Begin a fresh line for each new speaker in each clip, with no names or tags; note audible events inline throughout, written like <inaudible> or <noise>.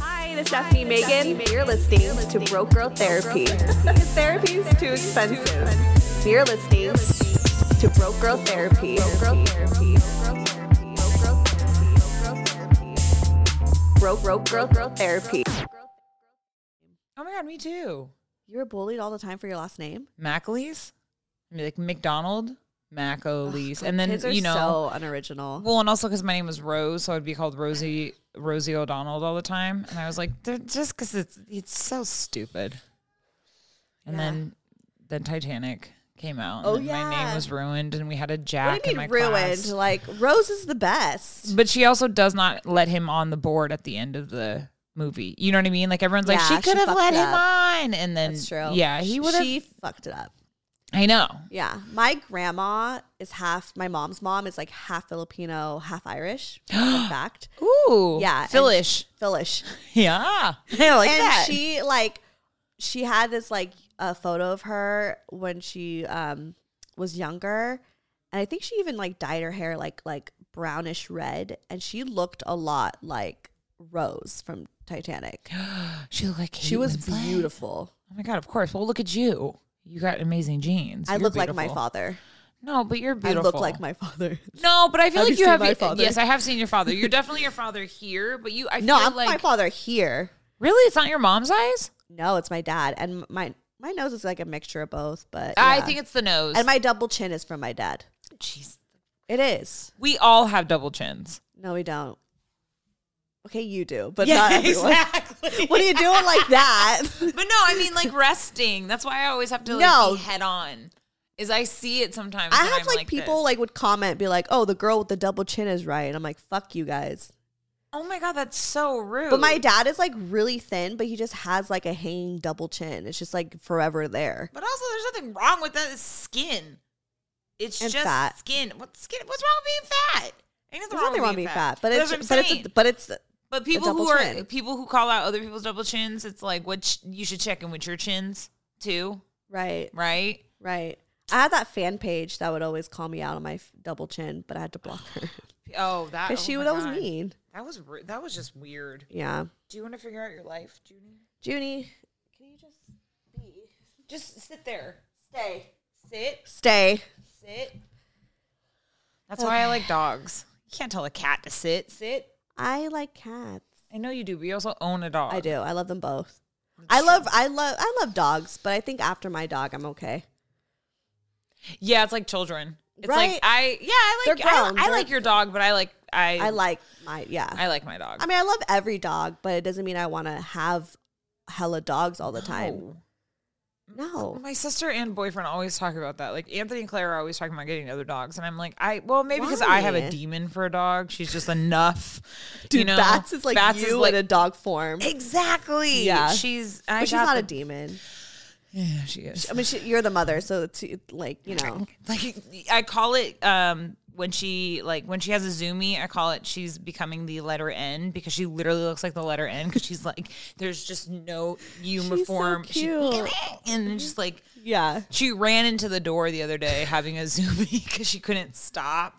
Hi, this is Stephanie Megan. You're listening to Broke Girl Therapy. Because therapy is too expensive. You're listening to Broke Girl Therapy. Broke Broke Girl Girl Therapy.
Oh my god, me too.
You were bullied all the time for your last name.
Macaleese, like McDonald, Macaleese, and then
Kids are
you know,
so unoriginal.
well, and also because my name was Rose, so I'd be called Rosie Rosie O'Donnell all the time, and I was like, "They're- just because it's it's so stupid. And
Yeah.
then then Titanic came out. And
Oh,
then my
yeah.
name was ruined, and we had a
What
Jack
do you
in my
mean ruined?
class.
Like Rose is the best.
But she also does not let him on the board at the end of the movie. You know what I mean? Like everyone's like,
Yeah,
she
she
could have
fucked
let
it
him
up.
on, and then
That's true.
Yeah, he would have.
She fucked it up.
I know.
Yeah, my grandma is half. My mom's mom is like half Filipino, half
<gasps>
Irish. Fun fact.
Ooh,
Yeah, and
Philish.
Philish.
<laughs> Yeah. I like
and
that.
she like she had this like a photo of her when she um was younger and i think she even like dyed her hair like like brownish red and she looked a lot like rose from titanic
<gasps> she looked like
she was beautiful
Oh my god, of course. Well, look at you. You got amazing jeans.
i
You're
look like my
beautiful.
father
No, but you're beautiful.
i look like my father
No, but I feel
Have
like
you
you
seen
have
my father?
Yes, I have seen your father. You're definitely your father here, but you I
no
feel
i'm
like
my father here
Really? It's not your mom's eyes?
no it's my dad and my my nose is like a mixture of both but
I
yeah.
think it's the nose.
and my double chin is from my dad
Jeez.
it is
We all have double chins.
No, we don't. Okay, you do, but
Yeah, <laughs>
not everyone. <laughs>
exactly.
What are you doing like
<laughs>
that?
But no, I mean like resting. That's why I always have to like
No.
be head on. Is I see it sometimes.
I
and
have
I'm
like,
this.
people like would comment, be like, "Oh, the girl with the double chin is right," and I'm like, "Fuck you guys."
Oh my god, that's so rude.
But my dad is like really thin, but he just has like a hanging double chin. It's just like forever there.
But also, there's nothing wrong with that. It's skin. It's
And
just
fat.
skin. What skin? What's wrong with being fat? Ain't nothing
There's nothing wrong with being fat, but it's
That's what I'm
but it's
saying.
a, but it's
but people
double
who are
chin.
people who call out other people's double chins, it's like what ch- you should check in with your chins too,
right,
right?
right. I had that fan page that would always call me out on my f- double chin, but I had to block
<laughs>
her
Oh, that.
because
oh
she
my
would always
God.
mean,
That was ru- that was just weird.
yeah,
Do you want to figure out your life, Junie?
Junie,
Just sit there. Stay. Sit.
stay.
Sit. That's why I like dogs. You can't tell a cat to sit. Sit.
I like cats.
I know you do, but you also own a dog.
I do. I love them both. I love I love I love dogs, but I think after my dog I'm okay.
Yeah, it's like children. It's
Right?
like I yeah, I like
They're grown.
I, I
They're-
like your dog, but I like I
I like my yeah. I,
I like my dog.
mean I love every dog, but it doesn't mean I want to have hella dogs all the time.
No.
No.
Oh. My sister and boyfriend always talk about that. Like Anthony and Claire are always talking about getting other dogs, and I'm like, I well maybe because I have
Why?
a demon for a dog. She's just enough.
Dude,
you know,
Bats is like
Bats
you
is like
in a dog form.
exactly.
Yeah.
she's I
but she's
got
not
the-
a demon.
Yeah, she is.
I mean, she, you're the mother, so it's like you know.
like I call it um when she like when she has a zoomie, I call it she's becoming the letter N because she literally looks like the letter N because she's like there's just no uniform. She-
cute.
<laughs> and then just like
Yeah,
she ran into the door the other day having a zoomie because she couldn't stop.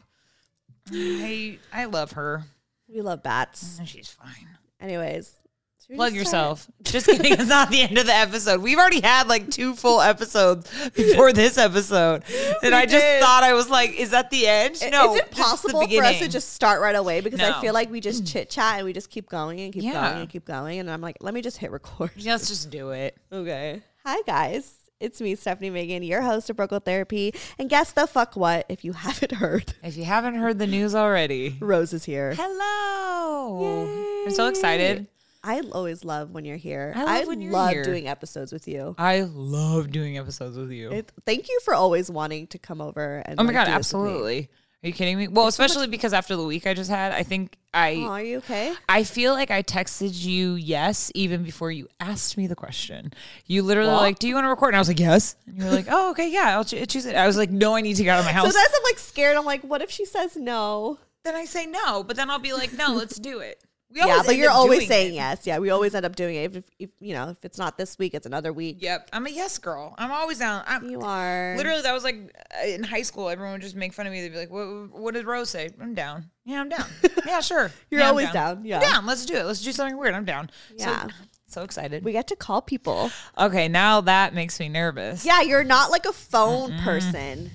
I I love her.
we love bats.
and She's fine.
Anyways, should we
Plug
just start?
yourself. Just kidding. It's not the end of the episode. We've already had like two full episodes before this episode. And I just
did.
thought I was like, is that the end?
I-
No.
is it
it's
possible for us to just start right away? Because I
No. Mm.
feel like we just chit chat and we just keep going and keep <laughs>
Yeah.
going and keep going. And I'm like, let me just hit record.
Let's just do it.
Okay. Hi, guys. It's me, Stephanie Megan, your host of Brooklyn Therapy. And guess the fuck what? If you <laughs> haven't heard,
If you haven't heard the news already,
Rose is here.
hello. I'm so excited.
I always love when you're here.
I
I
love
love,
when you're here.
doing episodes with you.
I love doing episodes with you.
It, thank you for always wanting to come over and
oh my
like,
god,
do this with me.
absolutely. Are you kidding me? Well, especially because after the week I just had, I think I
Aw, are you okay?
I feel like I texted you yes even before you asked me the question. You literally like, do you want to record? And I was like, yes. And you were like, oh, okay, yeah, I'll cho- choose it. I was like, no, I need to get out of my
So
house.
that's I'm like scared. I'm like, what if she says no?
then I say no, but then I'll be like, <laughs> no, let's do it. We
Yeah,
always
but
end
you're
up
always
doing
saying
it.
yes. Yeah, we always end up doing it. If, if you know, if it's not this week, it's another week.
Yep, I'm a yes girl. I'm always down. I'm,
You are
Literally, that was like uh, in high school. Everyone would just make fun of me. They'd be like, "What? What did Rose say? I'm down. Yeah, <laughs> I'm down. Yeah, sure.
You're
Yeah, I'm
always down, yeah.
I'm down. Let's do it. Let's do something weird. I'm down.
Yeah.
So, so excited.
We get to call people.
okay, now that makes me nervous.
Yeah, you're not like a phone person.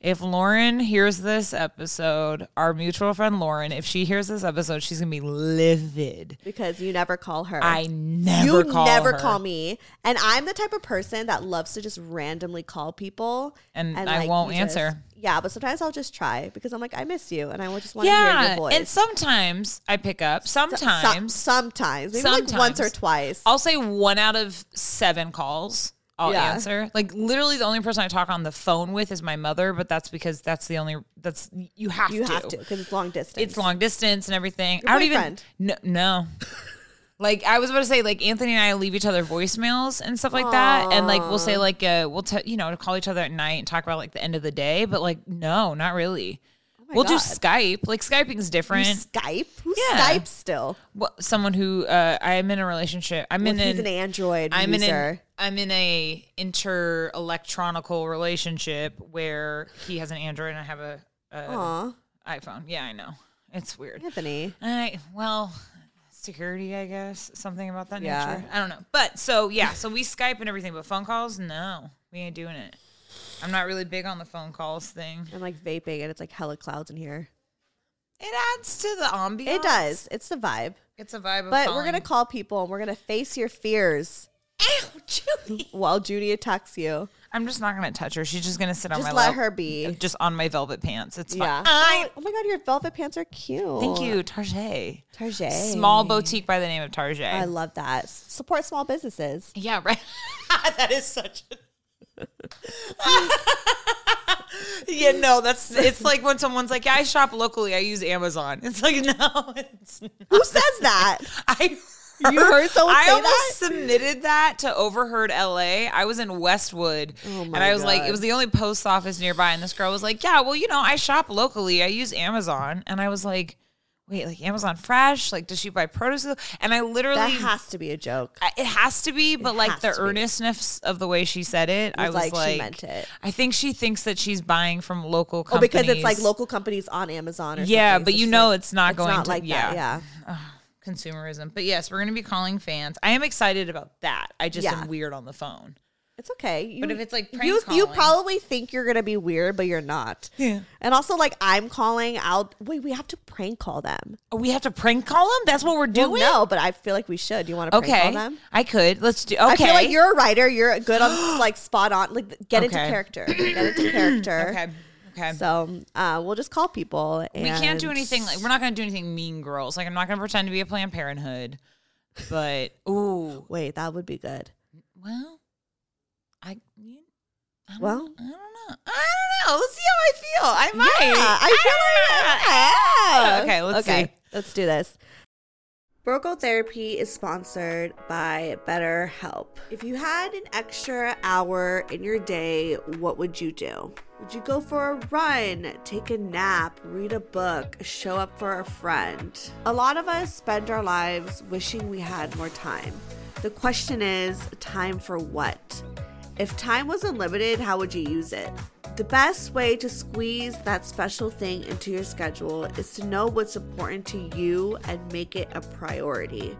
If Lauren hears this episode, our mutual friend Lauren, if she hears this episode, she's gonna be livid.
because you never call her.
I never
you
call
never
her.
call me, and I'm the type of person that loves to just randomly call people,
And I won't
you just-
answer.
yeah, but sometimes I'll just try because I'm like I miss you, and I will just want to hear your
Yeah,
voimes.
and sometimes I pick up.
So- so-
Sometimes
sometimes, maybe like once or
Sometimes.
twice.
I'll say one out of seven calls. I'll
Yeah.
answer. Like literally, the only person I talk on the phone with is my mother, but that's because that's the only that's you have
you
to.
have to because it's long distance.
It's long distance and everything.
Your
I don't even
boyfriend.
no no. like I was about to say, like Anthony and I leave each other voicemails and stuff like that, and like we'll say like uh, we'll t- you know call each other at night and talk about like the end of the day, but like no, not really. we'll do
Oh God.
Skype. Like Skyping's
You
different.
Skype. Who
Yeah.
Skype still?
Well, someone who uh, I am in a relationship. I'm in
Well, he's
an
an Android
I'm in an,
user.
I'm in a inter electronical relationship where he has an Android and I have a, a
Aw,
iPhone. Yeah, I know. It's weird.
Anthony.
I well, security, I guess, something about that
Yeah.
nature. I don't know. But so yeah, so we Skype and everything, but phone calls, no, we ain't doing it. I'm not really big on the phone calls thing.
I'm like vaping, and it's like hella clouds in here.
It adds to the ambiance.
It does. It's the vibe.
It's a vibe. Of
But we're gonna
calling.
call people, and we're gonna face your fears.
Ow, Judy.
while Judy attacks you.
I'm just not gonna touch her. She's just gonna sit on
Just
my
let
lap-
her be.
just on my velvet pants. It's fine.
Yeah.
I
oh, oh my god, your velvet pants are cute.
thank you, Tarjay.
Target.
Small boutique by the name of Tarjay.
I love that. S- Support small businesses.
<laughs> yeah, right. that is such a <laughs> Yeah, no, that's it's like when someone's like, Yeah, I shop locally, I use Amazon. It's like, <laughs> no, it's
Who says
<laughs>
that?
I
You heard someone
I
say
almost
that?
submitted that to Overheard LA. I was in Westwood, and
Oh my
I was like,
God.
it was the only post office nearby, and this girl was like, "Yeah, well, you know, I shop locally. I use Amazon," and I was like, "Wait, like Amazon Fresh? Like, does she buy produce?" And I
That
literally.
has to be a joke.
I- it has to be, but like
has
the
to be.
earnestness of the way she said it, I was like,
like she meant it.
I think she thinks that she's buying from local
Oh,
companies.
because it's like local companies on Amazon or
Yeah,
something.
but
So
you
she's
know
like,
it's not going
not
to-
like
yeah.
that. Yeah.
consumerism. But yes, we're going to be calling fans. I am excited about that. I just
Yeah.
am weird on the phone.
It's okay. You,
But if it's, like, prank
you, you
calling-
probably think you're gonna be weird, but you're not. Yeah. And also, like I'm calling out. Wait, we have to prank call them.
Oh, we have to prank call them? That's what we're doing?
well, no, but I feel like we should. You want to prank
Okay.
call them?
I could. Let's do Okay.
I feel like you're a writer. You're good on like spot on. Like get into
Okay.
character. Get
<coughs>
into character.
Okay. Okay.
So uh, we'll just call people. And
we can't do anything like we're not going to do anything mean girls. Like I'm not going to pretend to be a planned parenthood. But ooh,
Wait, that would be good.
well, I you- I don't,
Well.
I don't know. I don't know. Let's see how I feel. I might.
Yeah, I feel
I
like
don't know. Okay, let's see.
Let's do this. Brocal Therapy is sponsored by BetterHelp. If you had an extra hour in your day, what would you do? Would you go for a run, take a nap, read a book, show up for a friend? A lot of us spend our lives wishing we had more time. The question is time for what? If time was unlimited, how would you use it? The best way to squeeze that special thing into your schedule is to know what's important to you and make it a priority.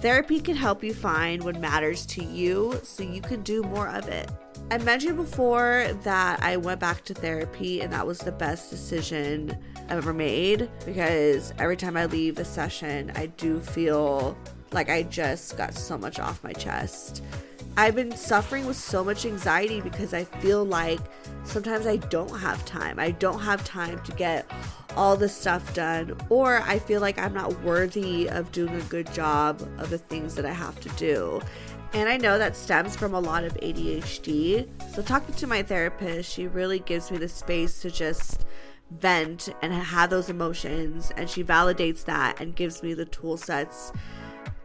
Therapy can help you find what matters to you so you can do more of it. I mentioned before that I went back to therapy and that was the best decision I've ever made because every time I leave a session, I do feel like I just got so much off my chest. I've been suffering with so much anxiety because I feel like sometimes I don't have time. I don't have time to get all the stuff done, or I feel like I'm not worthy of doing a good job of the things that I have to do. And I know that stems from a lot of ADHD. So, talking to my therapist, she really gives me the space to just vent and have those emotions. And she validates that and gives me the tool sets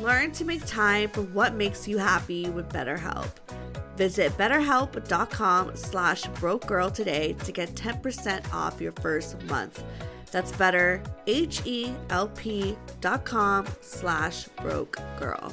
Learn to make time for what makes you happy with BetterHelp. Visit betterhelp.com slash broke girl today to get 10% off your first month. That's better, H-E-L-P dot com slash broke girl.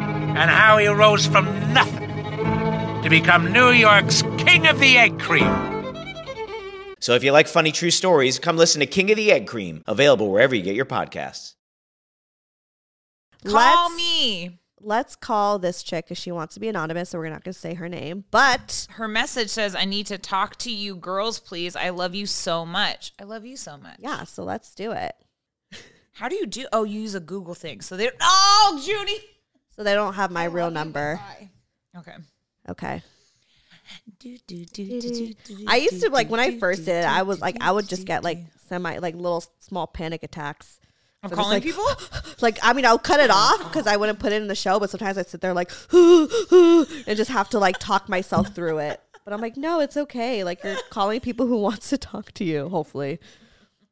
and how he rose from nothing to become New York's king of the egg cream.
So if you like funny true stories, come listen to King of the Egg Cream, available wherever you get your podcasts.
Call me.
Let's call this chick because she wants to be anonymous, so we're not going to say her name. But
Her message says, I need to talk to you girls, please. I love you so much. I love you so much.
yeah, so let's do it.
How do you do? Oh, you use a Google thing. So they're, oh, Judy.
So they don't have my real number.
Okay.
Okay.
Do, do, do, do, do, do,
I used
do,
to like when I
do,
first
do,
did it,
do,
I was
do,
like
do,
I would just
do,
get like
do.
semi like little small panic attacks.
I'm
So just,
calling
like-
people.
<laughs> Like I mean, I'll cut it off because I wouldn't put it in the show, but sometimes I sit there like <laughs> and just have to like talk myself through it. But I'm like, no, it's okay. Like you're calling people who wants to talk to you. Hopefully,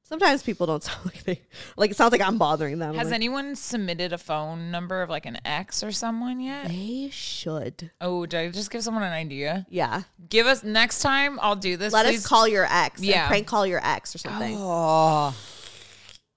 sometimes people don't <laughs> sound like they like. It sounds like I'm bothering them. I'm
Has
like,
anyone submitted a phone number of like an ex or someone yet?
they should?
Oh, did I just give someone an idea?
Yeah,
Give us next time. I'll do this.
let
please.
us call your ex. Yeah,
Yeah.
prank call your ex or something.
Oh,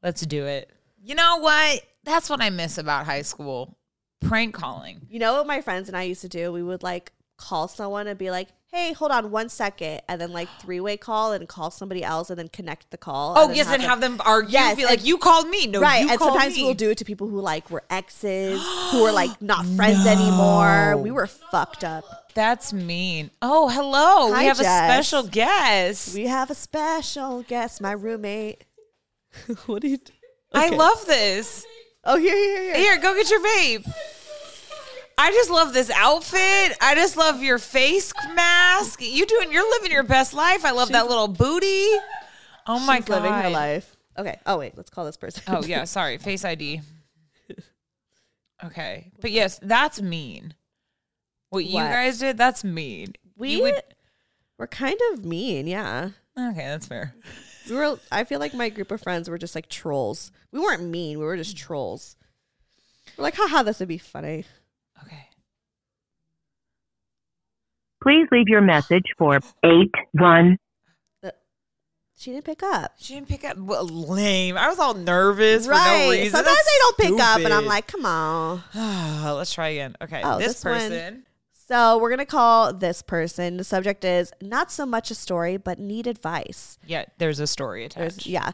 let's do it. You know what? That's what I miss about high school prank calling.
You know what my friends and I used to do? We would like call someone and be like, "Hey, hold on one second. and then like three way call and call somebody else and then connect the call.
Oh,
then
yes, and have them argue.
Yes,
be like,
and-
you called me. No,
right,
you
and
called
sometimes
me.
we'll do it to people who like were exes,
<gasps>
who are like not friends anymore. We were fucked up.
That's mean. Oh, hello.
Hi,
we have
Jess.
a special guest.
We have a special guest, my
<laughs>
roommate. what do you? Do?
I love this.
Oh, here, here, here, here.
Here, go get your vape. I just love this outfit. I just love your face mask. You doing? You're living your best life. I love that little booty. Oh my
She's
god,
living her life. Okay. Oh wait, let's call this person.
Oh yeah, sorry, Face ID. Okay, but yes, that's mean. What, you
What?
guys did? That's mean.
<laughs> we
You would-
were kind of mean. Yeah.
okay, that's fair.
We were. I feel like my group of friends were just like trolls. We weren't mean. We were just trolls. We're like, haha, this would be funny.
Okay.
Please leave your message for 815.
But she didn't pick up.
She didn't pick up. Well, lame. I was all nervous for no reason.
Sometimes
That's
they don't pick up, and I'm
stupid.
like, come on.
<sighs> let's try again. Okay,
Oh,
this,
this one.
person.
So we're gonna call this person. The subject is not so much a story, but need advice.
Yeah, there's a story attached.
There's, yeah.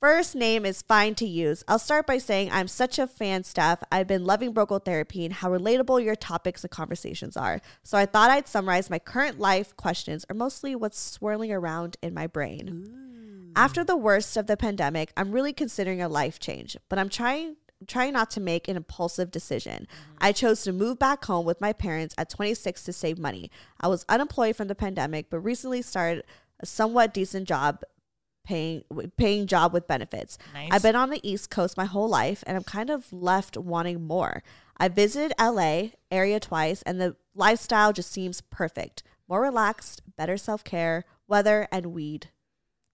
First name is fine to use. I'll start by saying I'm such a fan, Steph. I've been loving Brocal Therapy and how relatable your topics and conversations are. So I thought I'd summarize my current life questions, or mostly what's swirling around in my brain. After the worst of the pandemic, I'm really considering a life change, but I'm trying trying not to make an impulsive decision. I chose to move back home with my parents at 26 to save money. I was unemployed from the pandemic, but recently started a somewhat decent job paying w- paying job with benefits.
Nice.
I've been on the East Coast my whole life and I'm kind of left wanting more. I visited LA area twice and the lifestyle just seems perfect. More relaxed, better self-care, weather and weed.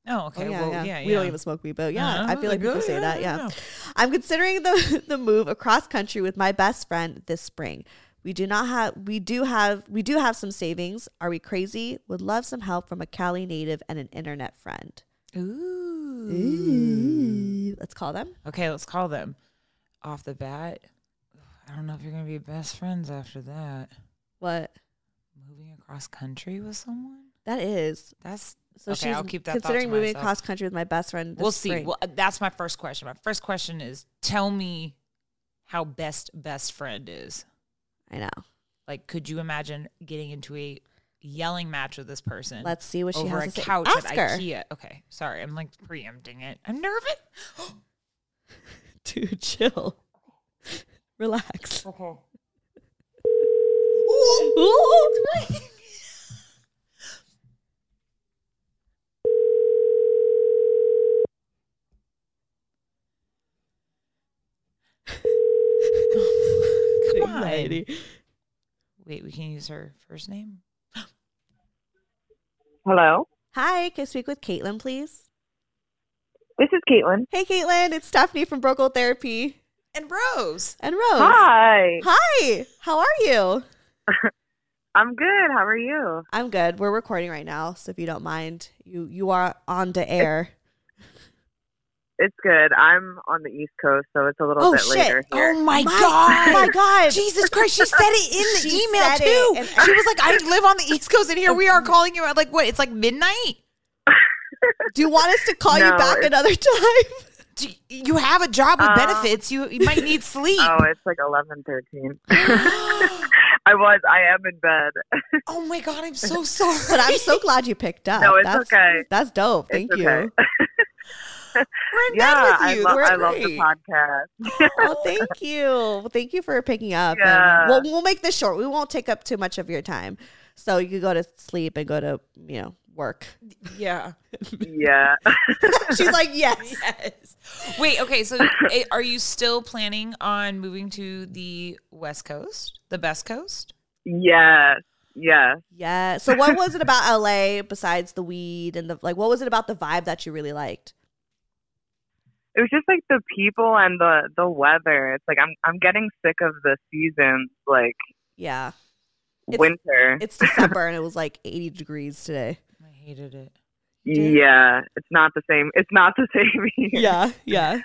Oh, okay.
Oh, yeah,
well,
yeah.
yeah,
We don't even smoke weed, but yeah,
Uh-huh.
I feel like
Like,
people
oh,
say
yeah,
that.
yeah,
Yeah.
yeah.
I'm considering the <laughs> the move across country with my best friend this spring. We do not have we do have we do have some savings. Are we crazy? Would love some help from a Cali native and an internet friend.
Ooh.
Ooh. Let's call them.
Okay, let's call them. Off the bat, I don't know if you're gonna be best friends after that.
What?
Moving across country with someone?
That is.
That's
So
okay,
she's
I'll keep that thought
considering
to
moving
myself.
across country with my best friend. This
We'll see.
spring.
Well, uh, that's my first question. My first question is: Tell me how best best friend is.
I know.
Like, could you imagine getting into a yelling match with this person?
Let's see what she
over
has to
a
say.
couch
Ask
at
her.
IKEA. Okay, sorry, I'm like preempting it. I'm nervous. <gasps>
<laughs> Dude, chill. Relax.
Okay. <laughs> Come on.
Anxiety.
Wait, we can use her first name.
Hello,
Hi, can I speak with Caitlin, please?
this is Caitlin.
Hey, Caitlin, it's Stephanie from Brocal Therapy
And Rose.
and Rose.
Hi,
Oh. Hi, how are you?
I'm good. How are you?
I'm good. We're recording right now, so if you don't mind, you you are on the air.
It's good. I'm on the East Coast, so it's a little
Oh,
bit
shit.
later here.
my,
Oh my god.
Jesus Christ, she said it in the
She
email
said it,
too.
and-
she was like, I live on the East Coast and here
<laughs>
we are calling you at like what? It's like midnight?
Do you want us to call you
No,
back
it's-
another <laughs> time?
Do you- you have a job with
Um,
benefits. You, you might need sleep.
Oh, it's like eleven thirteen. <laughs> I was. I am in bed.
oh my God, I'm so sorry.
But I'm <laughs> so glad you picked up.
No, it's
that's,
okay.
That's dope.
It's
Thank
<laughs>
you.
okay.
We're in
yeah,
bed
I,
with you.
lo-
We're
I love
great.
the
<laughs>
podcast. <laughs>
Oh, thank you. Well, thank you for picking up.
Yeah.
And we'll, we'll make this short. We won't take up too much of your time. So you can go to sleep and go to, you know, work.
Yeah.
yeah.
<laughs>
<laughs>
She's <laughs> like, yes.
Yes. Wait,
<laughs>
okay, so eh, are you still planning on moving to the West Coast? The best coast?
yes. Yes.
Yeah. So what was it about LA besides the weed and the, like, what was it about the vibe that you really liked?
It was just like the people and the the weather. It's like I'm I'm getting sick of the seasons, like
Yeah. It's-
winter.
It's December and it was like 80 degrees today.
I hated it.
yeah, it's not the same. It's not the <laughs> same here.
Yeah. <laughs> Yeah.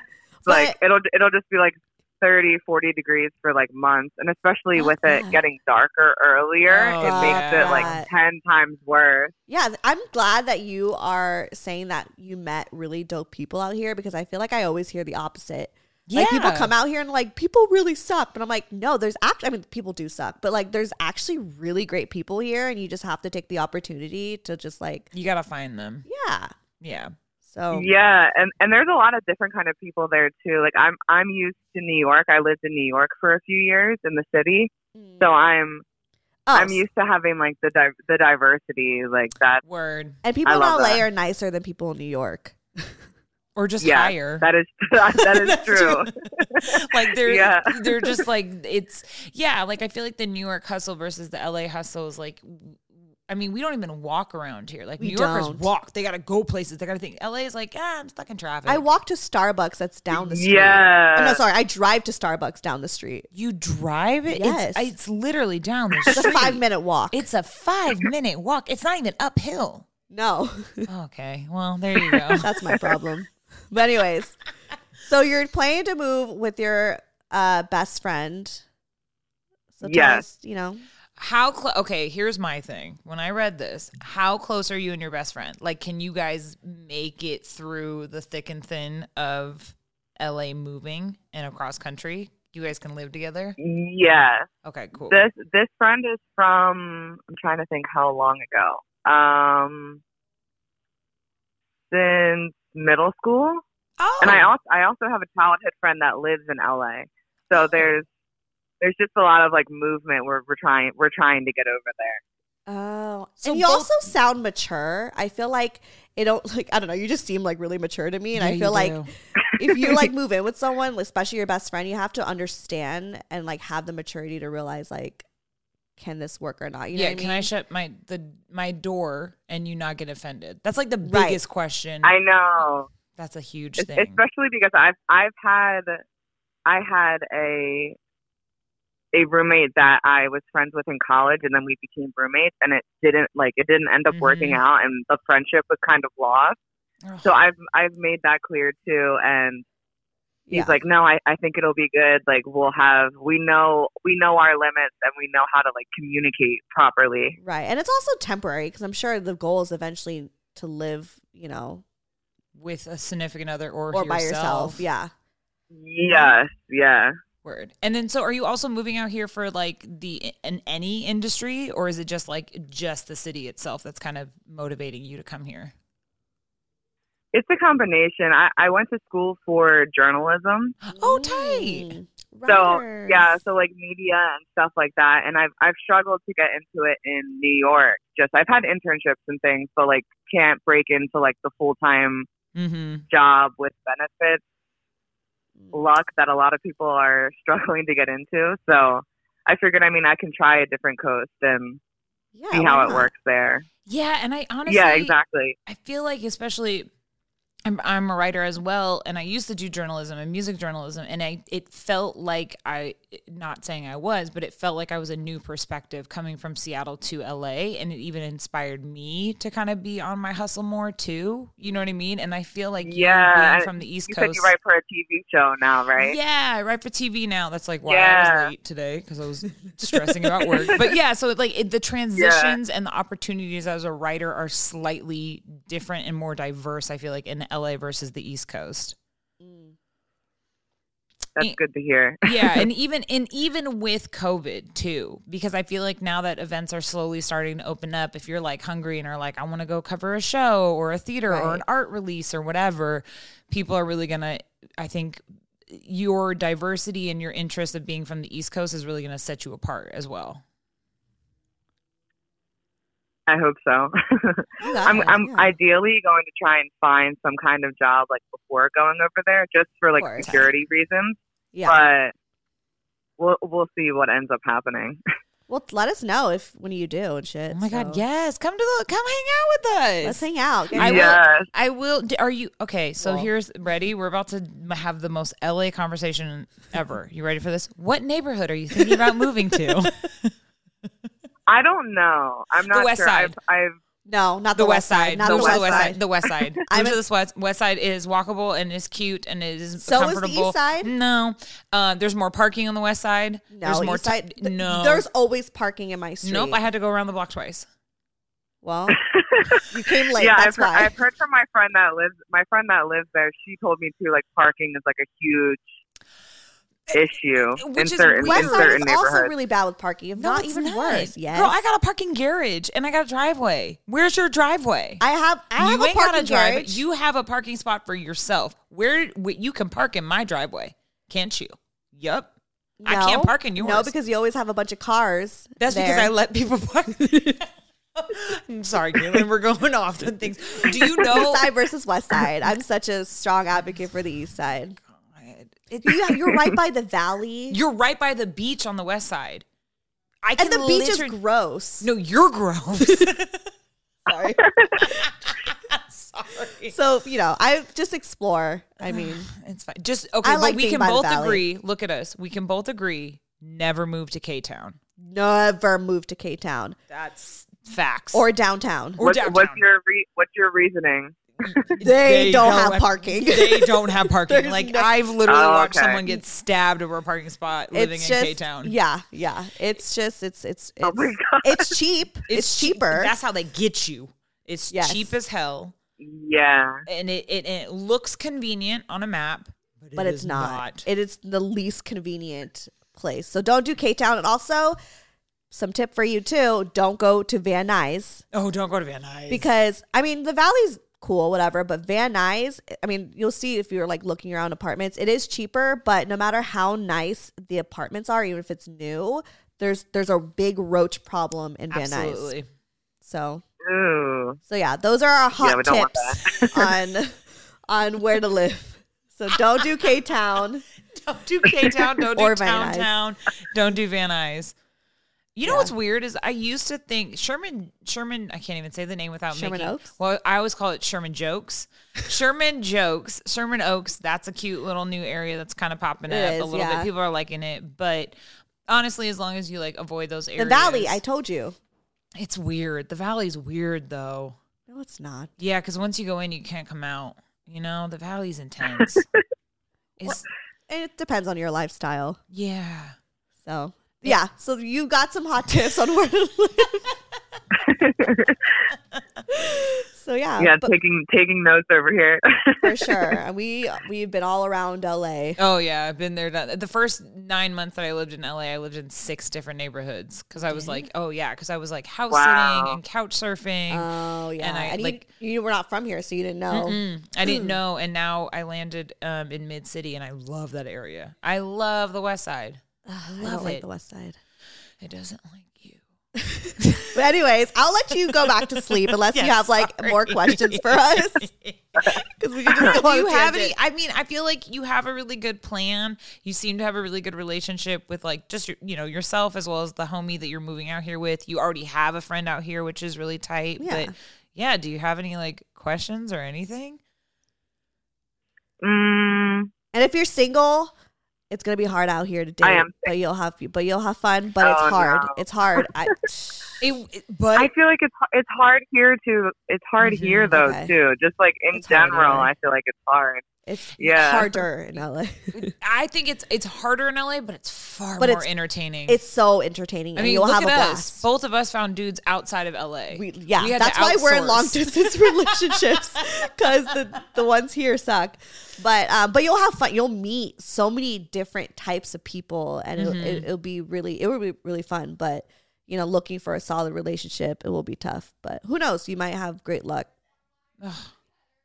like it'll it'll just be like 30 40 degrees for like months and especially
Fuck
with
that.
it getting darker earlier
Oh,
it makes
yeah.
it like 10 times worse
Yeah, th- I'm glad that you are saying that you met really dope people out here because I feel like I always hear the opposite. Like people
Yeah.
come out here and like people really suck, but I'm like, no, there's actually I mean people do suck, but like there's actually really great people here, and you just have to take the opportunity to just like
You gotta find them.
yeah.
Yeah.
So
yeah and and there's a lot of different kind of people there too like i'm i'm used to new york i lived in new york for a few years in the city so i'm
mm. Oh,
i'm used to having like the di- the diversity like
<laughs>
that
Word.
and people
I
in LA
love that.
are nicer than people in New York.
Or just
yeah
higher.
that is <laughs>
<laughs>
that
<laughs>
is
That's
true
like they're
Yeah.
they're just like it's yeah like i feel like the new york hustle versus the la hustle is like i mean we don't even walk around here like
We
new yorkers
don't.
walk they gotta go places they gotta think la is like ah, i'm stuck in traffic
I walk to Starbucks that's down the street.
yeah
Oh, no, sorry, I drive to Starbucks down the street.
you drive it
Yes.
it's, it's literally down the
It's a
street
five minute walk.
it's a five minute walk it's not even uphill
no. <laughs>
okay well there you go
That's my problem. but anyways, so you're planning to move with your uh, best friend. So tell
Yes.
us, you know,
<laughs> how close okay here's my thing when i read this how close are you and your best friend like can you guys make it through the thick and thin of la moving and across country you guys can live together
yeah
okay cool
This this friend is from I'm trying to think how long ago. Um since middle school.
oh
And I also I also have a childhood friend that lives in LA.
Oh.
So there's there's just a lot of like movement where we're trying we're trying to get over there.
Oh,
So
and you
both-
also sound mature. I feel like it don't like I don't know. You just seem like really mature to me, and
Yeah,
I
you
feel like
do.
if you
<laughs>
like move in with someone, especially your best friend, you have to understand and like have the maturity to realize like, can this work or not? You know
yeah,
what I
can
mean?
I shut my the my door and you not get offended? That's like the
Right.
biggest question.
I know.
That's a huge
Es-
thing.
Especially because I've I've had I had a a roommate that I was friends with in college and then we became roommates and it didn't like it didn't end up working
Mhm.
out and the friendship was kind of lost.
Ugh.
So I've I've made that clear too and he's
Yeah.
like, No, I, I think it'll be good. Like we'll have we know we know our limits and we know how to like communicate properly.
Right, and it's also temporary because I'm sure the goal is eventually to live, you know,
with a significant other or,
or by yourself. Yeah.
Yes, yeah.
Word. And then, so are you also moving out here for like the in any industry, or is it just like just the city itself that's kind of motivating you to come here?
It's a combination. I, I went to school for journalism.
Oh,
Mm.
tight.
So yeah, so like media and stuff like that, and I've I've struggled to get into it in New York. Just I've had internships and things, but like can't break into like the full time
Mm-hmm.
job with benefits.
Mm.
Luck that a lot of people are <laughs> struggling to get into. So I figured, I mean, I can try a different coast and see how
why
it
not?
works there.
Yeah, and I honestly,
yeah, exactly.
I feel like especially I'm I'm a writer as well and I used to do journalism and music journalism and I it felt like I not saying I was but it felt like I was a new perspective coming from Seattle to LA and it even inspired me to kind of be on my hustle more too you know what I mean and I feel like you
Yeah,
being
and
from the east
you
coast
said you write for a TV show now, right?
yeah, I write for TV now. That's like why I
Yeah.
was late today because I was stressing about
<laughs>
work. But yeah, so like it, the transitions and the opportunities as a writer are slightly different and more diverse. I feel like in LA versus the East Coast.
Mm.
That's good to hear.
<laughs>
yeah and even and even with covid too because i feel like now that events are slowly starting to open up if you're like hungry and are like i want to go cover a show or a theater or an art release or whatever people are really gonna i think your diversity and your interest of being from the east coast is really gonna set you apart as well
I hope so.
Oh,
<laughs> I'm, I'm ideally going to try and find some kind of job like before going over there, just for like
course.
security reasons.
Yeah.
But we'll we'll see what ends up happening. <laughs>
Well, let us know if when you do and shit. Oh
my God, yes. Come to the come hang out with us.
Let's hang out.
I
Yes.
will. I will. d- Are you okay? So
Cool.
here's ready. We're about to m- have the most LA conversation ever. You ready for this? What neighborhood are you thinking about
<laughs>
moving to?
I don't know. I'm
The
not
West
sure.
Side.
I've, I've
No, not
the, west side.
Not
the,
the,
west
west
side.
side.
The
<laughs>
west side.
I'm
I'm to
a-
this west. West side is walkable and is cute and is
So is the east
comfortable.
side?
No, uh, there's more parking on the west side.
No,
there's more
east
ti-
side- th-
no,
There's always parking in my street.
nope. I had to go around the block twice.
Well, you
<laughs>
came late.
yeah,
that's
I've, heard-
why.
I've heard from my friend that lives my friend that lives there. She told me too. Like parking is like a huge issue in
Which is weird.
certain in
West side
certain
Eh, is also
neighborhoods.
really bad with parking. If
No,
not
it's
even
not.
worse. Yes.
Girl, I got a parking garage and I got a driveway. Where's your driveway?
I have. I have
you
a
ain't
parking
got a drive.
garage.
You have a parking spot for yourself. Where wh- you can park in my driveway, can't you? Yup. I can't
No.
park in yours.
No, because you always have a bunch of cars.
That's because
there.
I let people park. <laughs> I'm sorry, Caitlin. We're going off on things. Do
<laughs>
you know?
East side versus
<laughs>
west side. I'm such a strong advocate for the east side. You, you're right by the valley.
<laughs> You're right by the beach on the west side. I can
and the beach
liter-
is gross.
No,
<laughs>
you're gross.
Sorry.
Sorry.
So you know, I just explore.
<sighs>
I mean,
it's fine. Just okay.
I
but
like
we
being
can
by the
both
valley.
agree. Look at us. We can both agree. Never move to K Town.
never move to Cape Town
That's facts.
or downtown.
Or
what's,
downtown.
what's your re- what's your reasoning?
They, don't, have, parking. <laughs>
They don't have parking.
There's
like
no-
I've literally
Oh,
watched
okay.
someone get stabbed over a parking spot living
it's
in
just
K Town.
yeah, yeah. It's just it's it's it's,
Oh my God.
it's cheap. It's,
cheap-
cheaper.
That's how they get you. It's
Yes.
cheap as hell,
Yeah.
and it, it and it looks convenient on a map, but,
but
it
it's
is
not. It is the least convenient place. So don't do K Town. And also, some tip for you too: don't go to Van Nuys
Oh, don't go to Van Nuys
because I mean the valley's cool, whatever. But Van Nuys, I mean, you'll see if you're like looking around apartments, it is cheaper. But no matter how nice the apartments are, even if it's new, there's there's a big roach problem in Van Nuys.
absolutely.
So,
Ooh.
so yeah, those are our
Yeah, we
hot
don't want
tips on on where to live. So don't do K Town.
don't do K Town,
<laughs>
don't do
Or Van
Town
Nuys.
Town, don't do Van Nuys. You know what's weird is I used to think Sherman Sherman I can't even say the name without
Sherman
making
Oaks?
well I always call it Sherman Jokes. Sherman Jokes, Sherman Oaks, that's a cute little new area that's kind of popping
It
up
is,
a little
yeah.
bit. People are liking it, but honestly as long as you like avoid those areas.
The Valley, I told you.
It's weird. The Valley's weird though.
No, it's not.
Yeah, cuz once you go in you can't come out. You know, the
<laughs>
Valley's intense. It's-
It depends on your lifestyle.
yeah.
So yeah, so you got some hot tips on where to <laughs> live. so yeah,
yeah,
but
taking taking notes over here.
for sure. And we we've been all around LA.
Oh yeah, I've been there. Done. The first nine months that I lived in LA, I lived in six different neighborhoods because I was like, oh yeah, because I was like house
Wow.
sitting and couch surfing.
Oh yeah,
And I,
you-
like-
you, were not from here, so you didn't know.
Mm-mm. I didn't know, and now I landed um, in Mid City, and I love that area. I love the West Side.
I
love
don't like
it.
the West Side.
It doesn't like you.
But anyways, I'll let you go back to sleep unless
Yeah,
you have like more
sorry.
questions for
<laughs>
us. Because we can <laughs> just go
Do
on
you
a
have any?
tangent.
I mean, I feel like you have a really good plan. You seem to have a really good relationship with like just your, you know yourself as well as the homie that you're moving out here with. You already have a friend out here, which is really tight.
Yeah.
But yeah, do you have any like questions or anything?
<laughs> mm,
And if you're single, it's gonna be hard out here to date.
I am
but you'll have but you'll have fun. But it's
Oh,
hard.
no.
It's hard.
<laughs>
I,
It, it- but
I feel like it's it's hard here too. It's hard
Mhm,
here though
Mm-hmm, okay.
too. Just like in
It's hard
general,
here.
I feel like it's hard.
it's
Yeah.
harder in LA.
<laughs> I think it's it's harder in LA, but it's far
But
more
it's-
entertaining.
It's so entertaining.
I
and
mean,
you'll
look
have
at
a
us.
blast.
Both of us found dudes outside of LA.
We, yeah,
We had to
that's why we're in
outsource.
long
<laughs>
distance relationships because the, the ones here suck. But um, but you'll have fun. You'll meet so many different types of people, and it'll,
Mm-hmm.
it, it'll be really it will be really fun. But you know, looking for a solid relationship, it will be tough. But who knows? You might have great luck.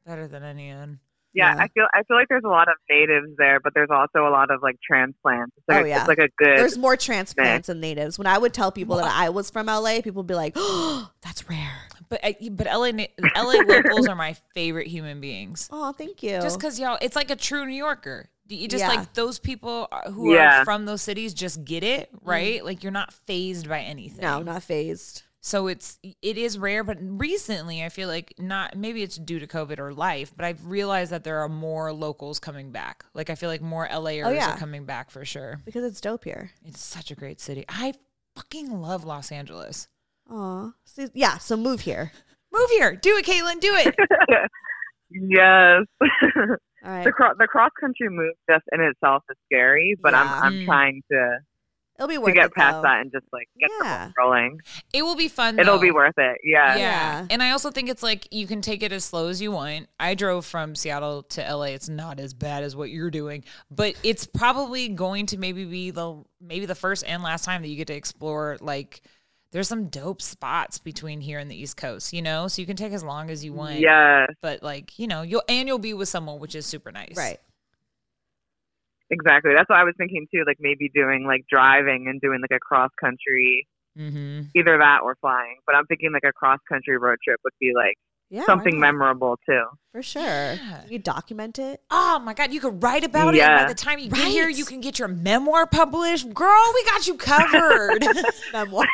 Better than any end.
Yeah,
Yeah.
I feel I feel like there's a lot of natives there, but there's also a lot of like transplants. It's
Oh,
like,
yeah.
it's like a good.
There's more transplants than natives. When I would tell people that I was from LA, people would be like, <gasps> "Oh, that's rare."
But I, but LA na-
<laughs>
LA locals are my favorite human beings.
Oh, thank you.
Just because y'all, it's like a true New Yorker. You just
Yeah.
like those people are- who
Yeah.
are from those cities just get it, right? Like you're not phased by anything.
Mm. no, not phased.
So it's it is rare, but recently I feel like not maybe it's due to COVID or life, but I've realized that there are more locals coming back. Like I feel like more LAers
Oh, yeah.
are coming back for sure.
because it's dope here.
It's such a great city. I fucking love Los Angeles.
Aw, so, yeah. So move here.
Move here, do it, Caitlin, do
<laughs>
it.
yes, <laughs>
All right,
the cro- the cross country move just in itself is scary, but
Yeah.
I'm I'm
Mm.
trying to
it'll be worth
to get
it,
past
though.
that and just like get the
Yeah.
ball rolling.
It will be fun.
It'll be
though.
worth it. Yeah.
Yeah.
Yeah.
And I also think it's like you can take it as slow as you want. I drove from Seattle to LA. It's not as bad as what you're doing, but it's probably going to maybe be the maybe the first and last time that you get to explore like there's some dope spots between here and the East Coast, you know? So you can take as long as you want.
Yes,
But like, you know, you'll and you'll be with someone, which is super nice.
Right.
exactly. That's what I was thinking too. Like maybe doing like driving and doing like a cross country,
Mm-hmm.
either that or flying. But I'm thinking like a cross country road trip would be like
Yeah. why
something
not?
memorable
<laughs>
too.
For sure.
Yeah.
You document it. <laughs>
Oh my God, you could write about it.
Yeah.
By the time you get here,
Right.
you can get your memoir published. Girl, we got
<laughs>
you covered.
Memoir.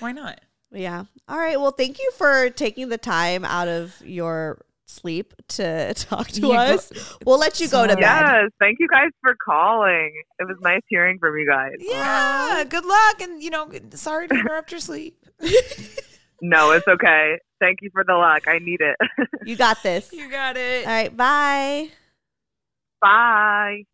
Why not?
yeah. All right. Well, thank you for taking the time out of your sleep to <laughs> talk to
Yeah, go-
us. we'll let you go to
Sorry.
bed.
Yes, thank you guys for calling. It was nice hearing from you guys.
Yeah. Good luck, and you know, sorry to interrupt your sleep.
No, it's okay. Thank you for the luck. I
<laughs>
need it. <laughs>
You got this.
<laughs> You got it.
All right. Bye.
Bye.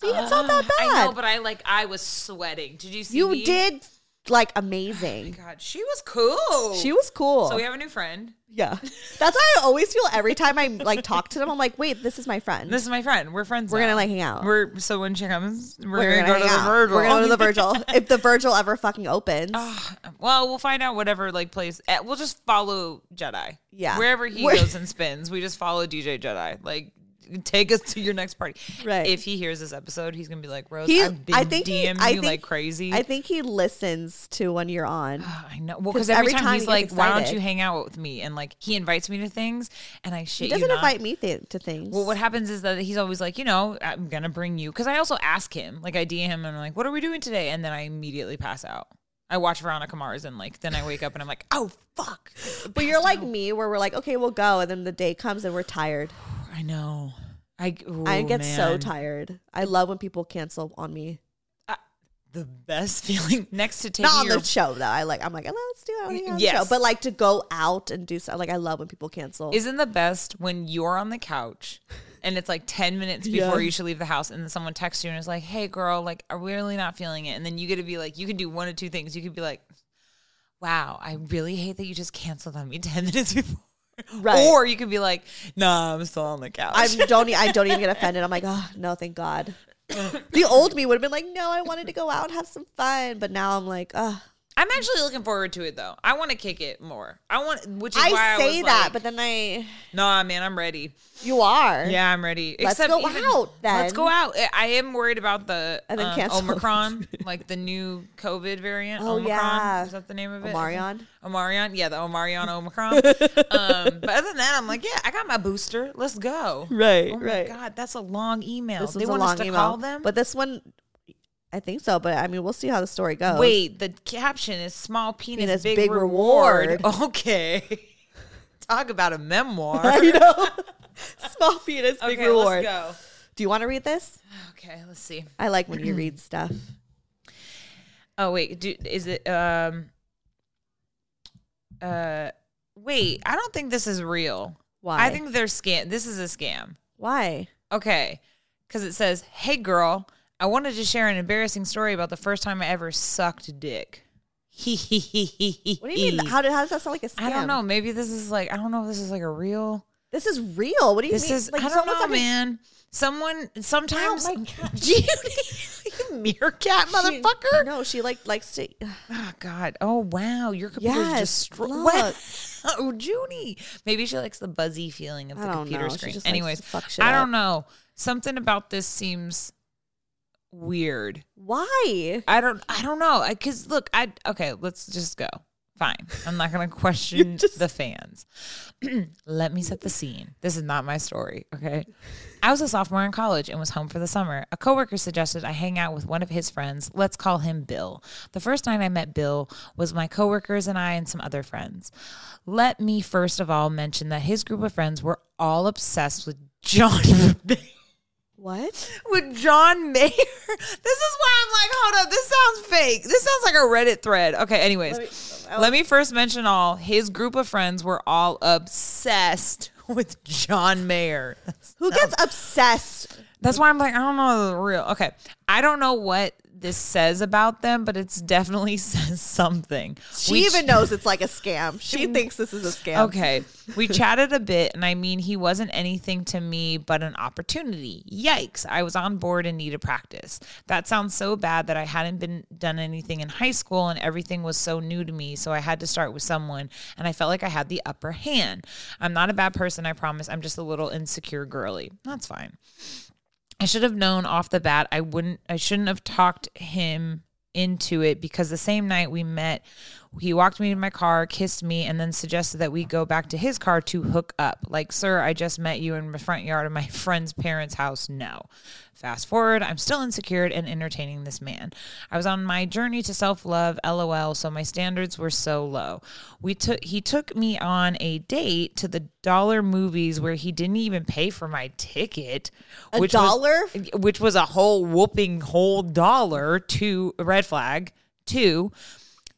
See, it's not that bad.
Oh, I know, but I like I was sweating. Did you see?
you
me?
did like
Oh my
amazing.
God, she was cool.
She was cool.
So we have a new friend.
yeah. That's how I always feel every time I like talk to them. I'm like, wait, this is my friend.
This is my friend. We're friends.
We're
now.
gonna like hang out.
We're so when she comes, we're,
We're
gonna, go to
hang
the
out.
Virgil.
We're
<laughs>
gonna go to the Virgil. if the Virgil ever fucking opens.
Ah, well, we'll find out whatever like place. eh, We'll just follow Jedi.
Yeah.
wherever he
Where-
goes and spins, we just follow DJ Jedi. Like take us to your next party.
Right.
If he hears this episode, he's gonna be like, Rose,
He-
I've been
I think he-
DMing
I
you
think-
like crazy. Oh,
I think he listens to when you're on.
I know. Well, because every, time, he's
he
like,
gets
"Why don't
excited."
you hang out with me?" and like he invites me to things, and I
He
shit you
doesn't
not.
invite me th- to things.
Well, what happens is that he's always like, you know, I'm gonna bring you because I also ask him, like, I DM him, and I'm like, what are we doing today? And then I immediately pass out. I watch Veronica Mars, and like, then I wake up and I'm like, oh
<laughs>
fuck,
But you're like me, where we're like, okay, we'll go, and then the day comes and we're tired.
I know. I
I
ooh,
get so
man.
tired. I love when people cancel on me.
The best <laughs> feeling next to taking
Not on
your
the show though. I like. I'm like, oh, let's do it. I wanna hang out on the
Yes.
show. but like to go out and do so. Like I love when people cancel.
Isn't the best when you're on the couch and it's like 10 minutes
<laughs>
before
Yeah.
you should leave the house and then someone texts you and is like, hey, girl, like, I'm really not feeling it. And then you get to be like, you can do one of two things. You could be like, wow, I really hate that you just canceled on me <laughs> 10 minutes before.
Right.
Or you could be like, nah, I'm still on the couch.
I don't. e- I don't even get offended. I'm like, oh no, thank
<coughs>
God. the old me would have been like, no, I wanted to go out and have some fun, but now I'm like, oh.
<laughs> I'm actually looking forward to it though. I want to kick it more. I want, which is why
I
I
say
was
that,
like,
but then I,
nah, man, I'm ready.
you are.
Yeah, I'm ready.
Let's go out, then.
Let's go out. I- I am worried about the
And then
um,
cancel.
Omicron,
<laughs>
like the new COVID variant.
Oh,
Omicron.
yeah.
Is that the name of it?
Omarion?
Omarion. Yeah, the
<laughs>
Omarion Omicron. um, but other than that, I'm like, yeah, I got my booster. Let's go.
Right,
Oh,
right.
My God, that's a long email.
This
they
was a
want
long
us to
email.
call them.
but this one, I think so. But I mean, we'll see how the story goes.
Wait, the caption is small penis,
Penis,
big,
big
reward.
reward.
<laughs>
<laughs>
Okay. Talk about a memoir.
<laughs> I
<laughs>
know. Small penis, big
okay,
reward.
let's go.
Do you want to read this?
Okay, let's see.
I like when you read stuff.
Oh wait, do, is it um uh wait, I don't think this is real.
Why?
I think they're scam. This is a scam.
Why?
Okay. Cuz it says, "Hey girl, I wanted to share an embarrassing story about the first time I ever sucked dick." what
What
do
do you mean? How, did, how does that sound like a scam?
I don't know. Maybe this is like I don't know if this is like a real
This is real. What do you
This
mean?
is
Like,
I
it's
don't know,
almost like a- Oh
man. Someone sometimes
my
<laughs> Judy, you
<laughs>
meerkat
She-
motherfucker.
no, she like likes to.
Oh God! Oh wow! Your computer's
Yes,
destroyed.
look.
<laughs> Oh, Junie. Maybe she likes the buzzy feeling of
I
the
don't
computer
know. She
screen.
just likes
Anyways,
to fuck shit
I don't
up.
know. Something about this seems weird.
<sighs> Why?
<laughs> I don't. I don't know. Because look, I okay. Let's just go. Fine. I'm not going to <laughs> question the fans. <clears throat> Let me set the scene. This is not my story. Okay. I was a sophomore in college and was home for the summer. A coworker suggested I hang out with one of his friends. Let's call him Bill. The first night I met Bill was my coworkers and I and some other friends. Let me first of all mention that his group of friends were all obsessed with John <laughs>
What?
with John Mayer. <laughs> This is why I'm like, hold up, this sounds fake. This sounds like a Reddit thread. Okay, anyways, let me, first mention all his group of friends were all obsessed <laughs> with John Mayer.
Who gets obsessed?
That's why I'm like, I don't know the real. Okay, I don't know what this says about them, but it's definitely <laughs> says something.
She
We
even knows it's like a scam. She thinks this is a scam.
Okay. We chatted a bit, and I mean, he wasn't anything to me but an opportunity. Yikes. I was on board and needed practice. That sounds so bad that I hadn't been done anything in high school and everything was so new to me. So I had to start with someone, and I felt like I had the upper hand. I'm not a bad person, I promise. I'm just a little insecure girly. That's fine. I should have known off the bat I wouldn't I shouldn't have talked him into it because the same night we met he walked me to my car, kissed me, and then suggested that we go back to his car to hook up. Like, sir, I just met you in the front yard of my <laughs> friend's parents' house. No. Fast forward, I'm still insecure and entertaining this man. I was on my journey to self-love, lol, so my standards were so low. We took he took me on a date to the dollar movies where he didn't even pay for my ticket.
A
which was-
dollar?
which was a whole whooping whole dollar to red flag two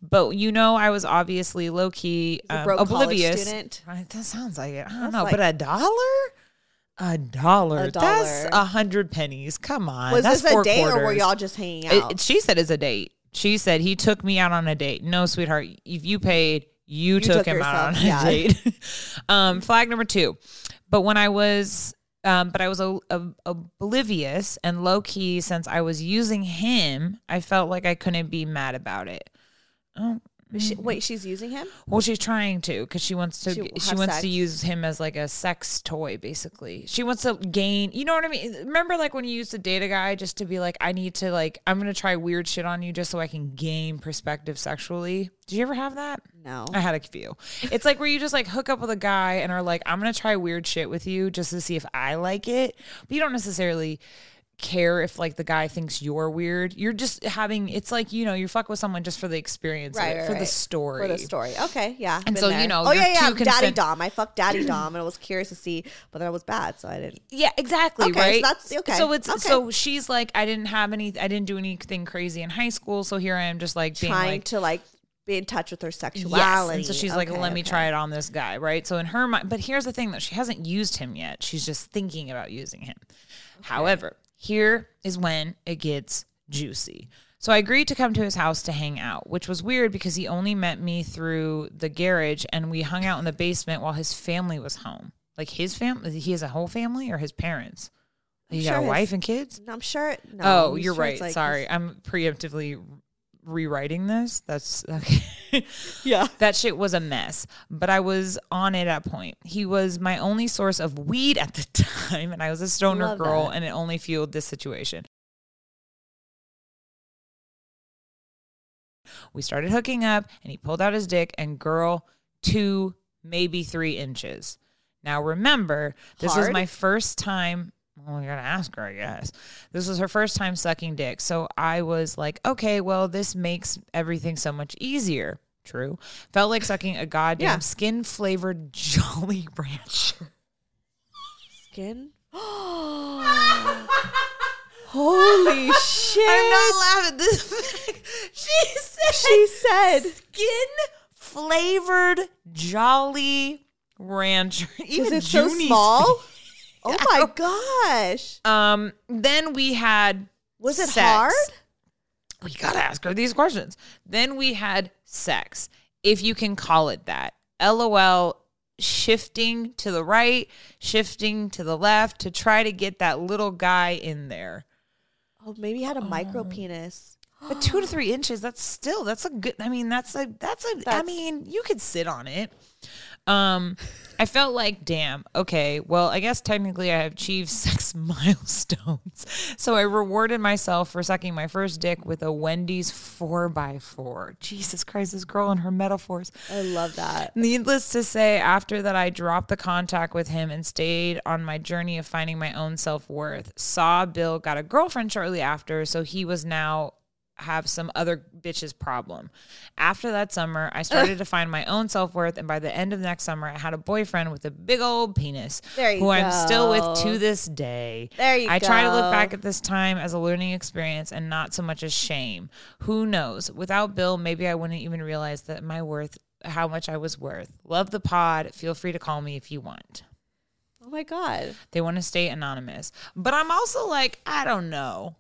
but you know i was obviously low-key
a
um,
broke college
oblivious
student.
Right, that sounds like it i don't
That's
know
like-
but a dollar a dollar
A
that's
dollar.
a hundred pennies come on
Was
Uh, that's
this a
four
date or were
quarters.
y'all just hanging
It-
out?
she said it's a date she said he took me out on a date no sweetheart if you paid you, took,
took
him out
yourself,
on a
yeah.
date <laughs> um, flag number two. But when I was, um, but I was o- ob- oblivious and low key since I was using him. I felt like I couldn't be mad about it. Oh,
But she, wait, she's using him?
Well, she's trying to because she wants to.
She
She,
have
wants
sex.
to use him as like a sex toy, basically. She wants to gain. You know what I mean? Remember, like when you used to date a guy just to be like, I need to like, I'm gonna try weird shit on you just so I can gain perspective sexually. Did you ever have that?
No.
I had a few. It's like where you just like hook up with a guy and are like, I'm gonna try weird shit with you just to see if I like it. But you don't necessarily care if like the guy thinks you're weird. You're just having it's like, you know, you fuck with someone just for the experience, of
Right,
it,
right,
for the
right.
story.
For the story. Okay, yeah.
And
been
so, you
there.
know,
oh
your
yeah, yeah.
two
Daddy
consent-
Dom. I fucked
<clears throat>
Daddy Dom, and I was curious to see whether I was bad, so I didn't.
Yeah, exactly.
Okay, so
right.
that's- okay,
So it's
okay.
so she's like, I didn't have any, I didn't do anything crazy in high school, so here I am, just like being
Trying
like,
to like be in touch with her
Yes.
sexuality.
And so she's like,
Okay,
let me
okay.
try it on this guy, right? So in her mind, but here's the thing though, she hasn't used him yet. She's just thinking about using him. However, here is when it gets juicy. So I agreed to come to his house to hang out, which was weird because he only met me through the garage and we hung out in the basement while his family was home. Like his family, he has a whole family or his parents? He got
sure
a
his-
wife and kids?
No, I'm sure. No,
oh,
I'm
you're
sure
right.
it's, like,
Sorry. I'm preemptively rewriting this. That's okay. <laughs>
Yeah.
That shit was a mess, but I was on it at point. He was my only source of weed at the <laughs> time, and I was a stoner
Love
girl,
that.
and it only fueled this situation. We started hooking up, and he pulled out his dick, and girl, two, maybe three inches. Now, remember, this was
Hard?
my first time. Well, I gotta ask her, I guess. This was her first time sucking dick. So I was like, okay, well, this makes everything so much easier. True. Felt like sucking a goddamn
Yeah.
skin flavored <laughs> Jolly Rancher. <laughs>
Skin. <gasps> Holy shit!
I'm not laughing. This <laughs> she said
she said
skin flavored Jolly Rancher.
because
Even
it's so
Junie's- <laughs>
small. Oh my gosh!
Um. Then we had
Was it
sex.
hard?
We gotta ask her these questions. Then we had sex, if you can call it that. LOL. Shifting to the right, shifting to the left to try to get that little guy in there.
Oh, maybe he had a micro penis.
But two to three inches, that's still that's a good I mean, that's a that's a I
That's-
mean, you could sit on it. Um I felt like, damn, okay, well, I guess technically I achieved <laughs> sex milestones. So I rewarded myself for sucking my first dick with a Wendy's four by four. Jesus Christ, this girl and her metaphors.
I love that.
Needless to say, after that, I dropped the contact with him and stayed on my journey of finding my own self worth. Saw Bill got a girlfriend shortly after, so he was now have some other bitch's problem. After that summer, I started to find my own self worth, and by the end of next summer, I had a boyfriend with a big old penis
There you
who I'm still with
go.
to this day.
There you
I try to look
go.
back at this time as a learning experience and not so much as shame. Who knows? Without Bill, maybe I wouldn't even realize that my worth, how much I was worth. Love the pod. Feel free to call me if you want.
Oh my god!
They want to stay anonymous, but I'm also like, I don't know.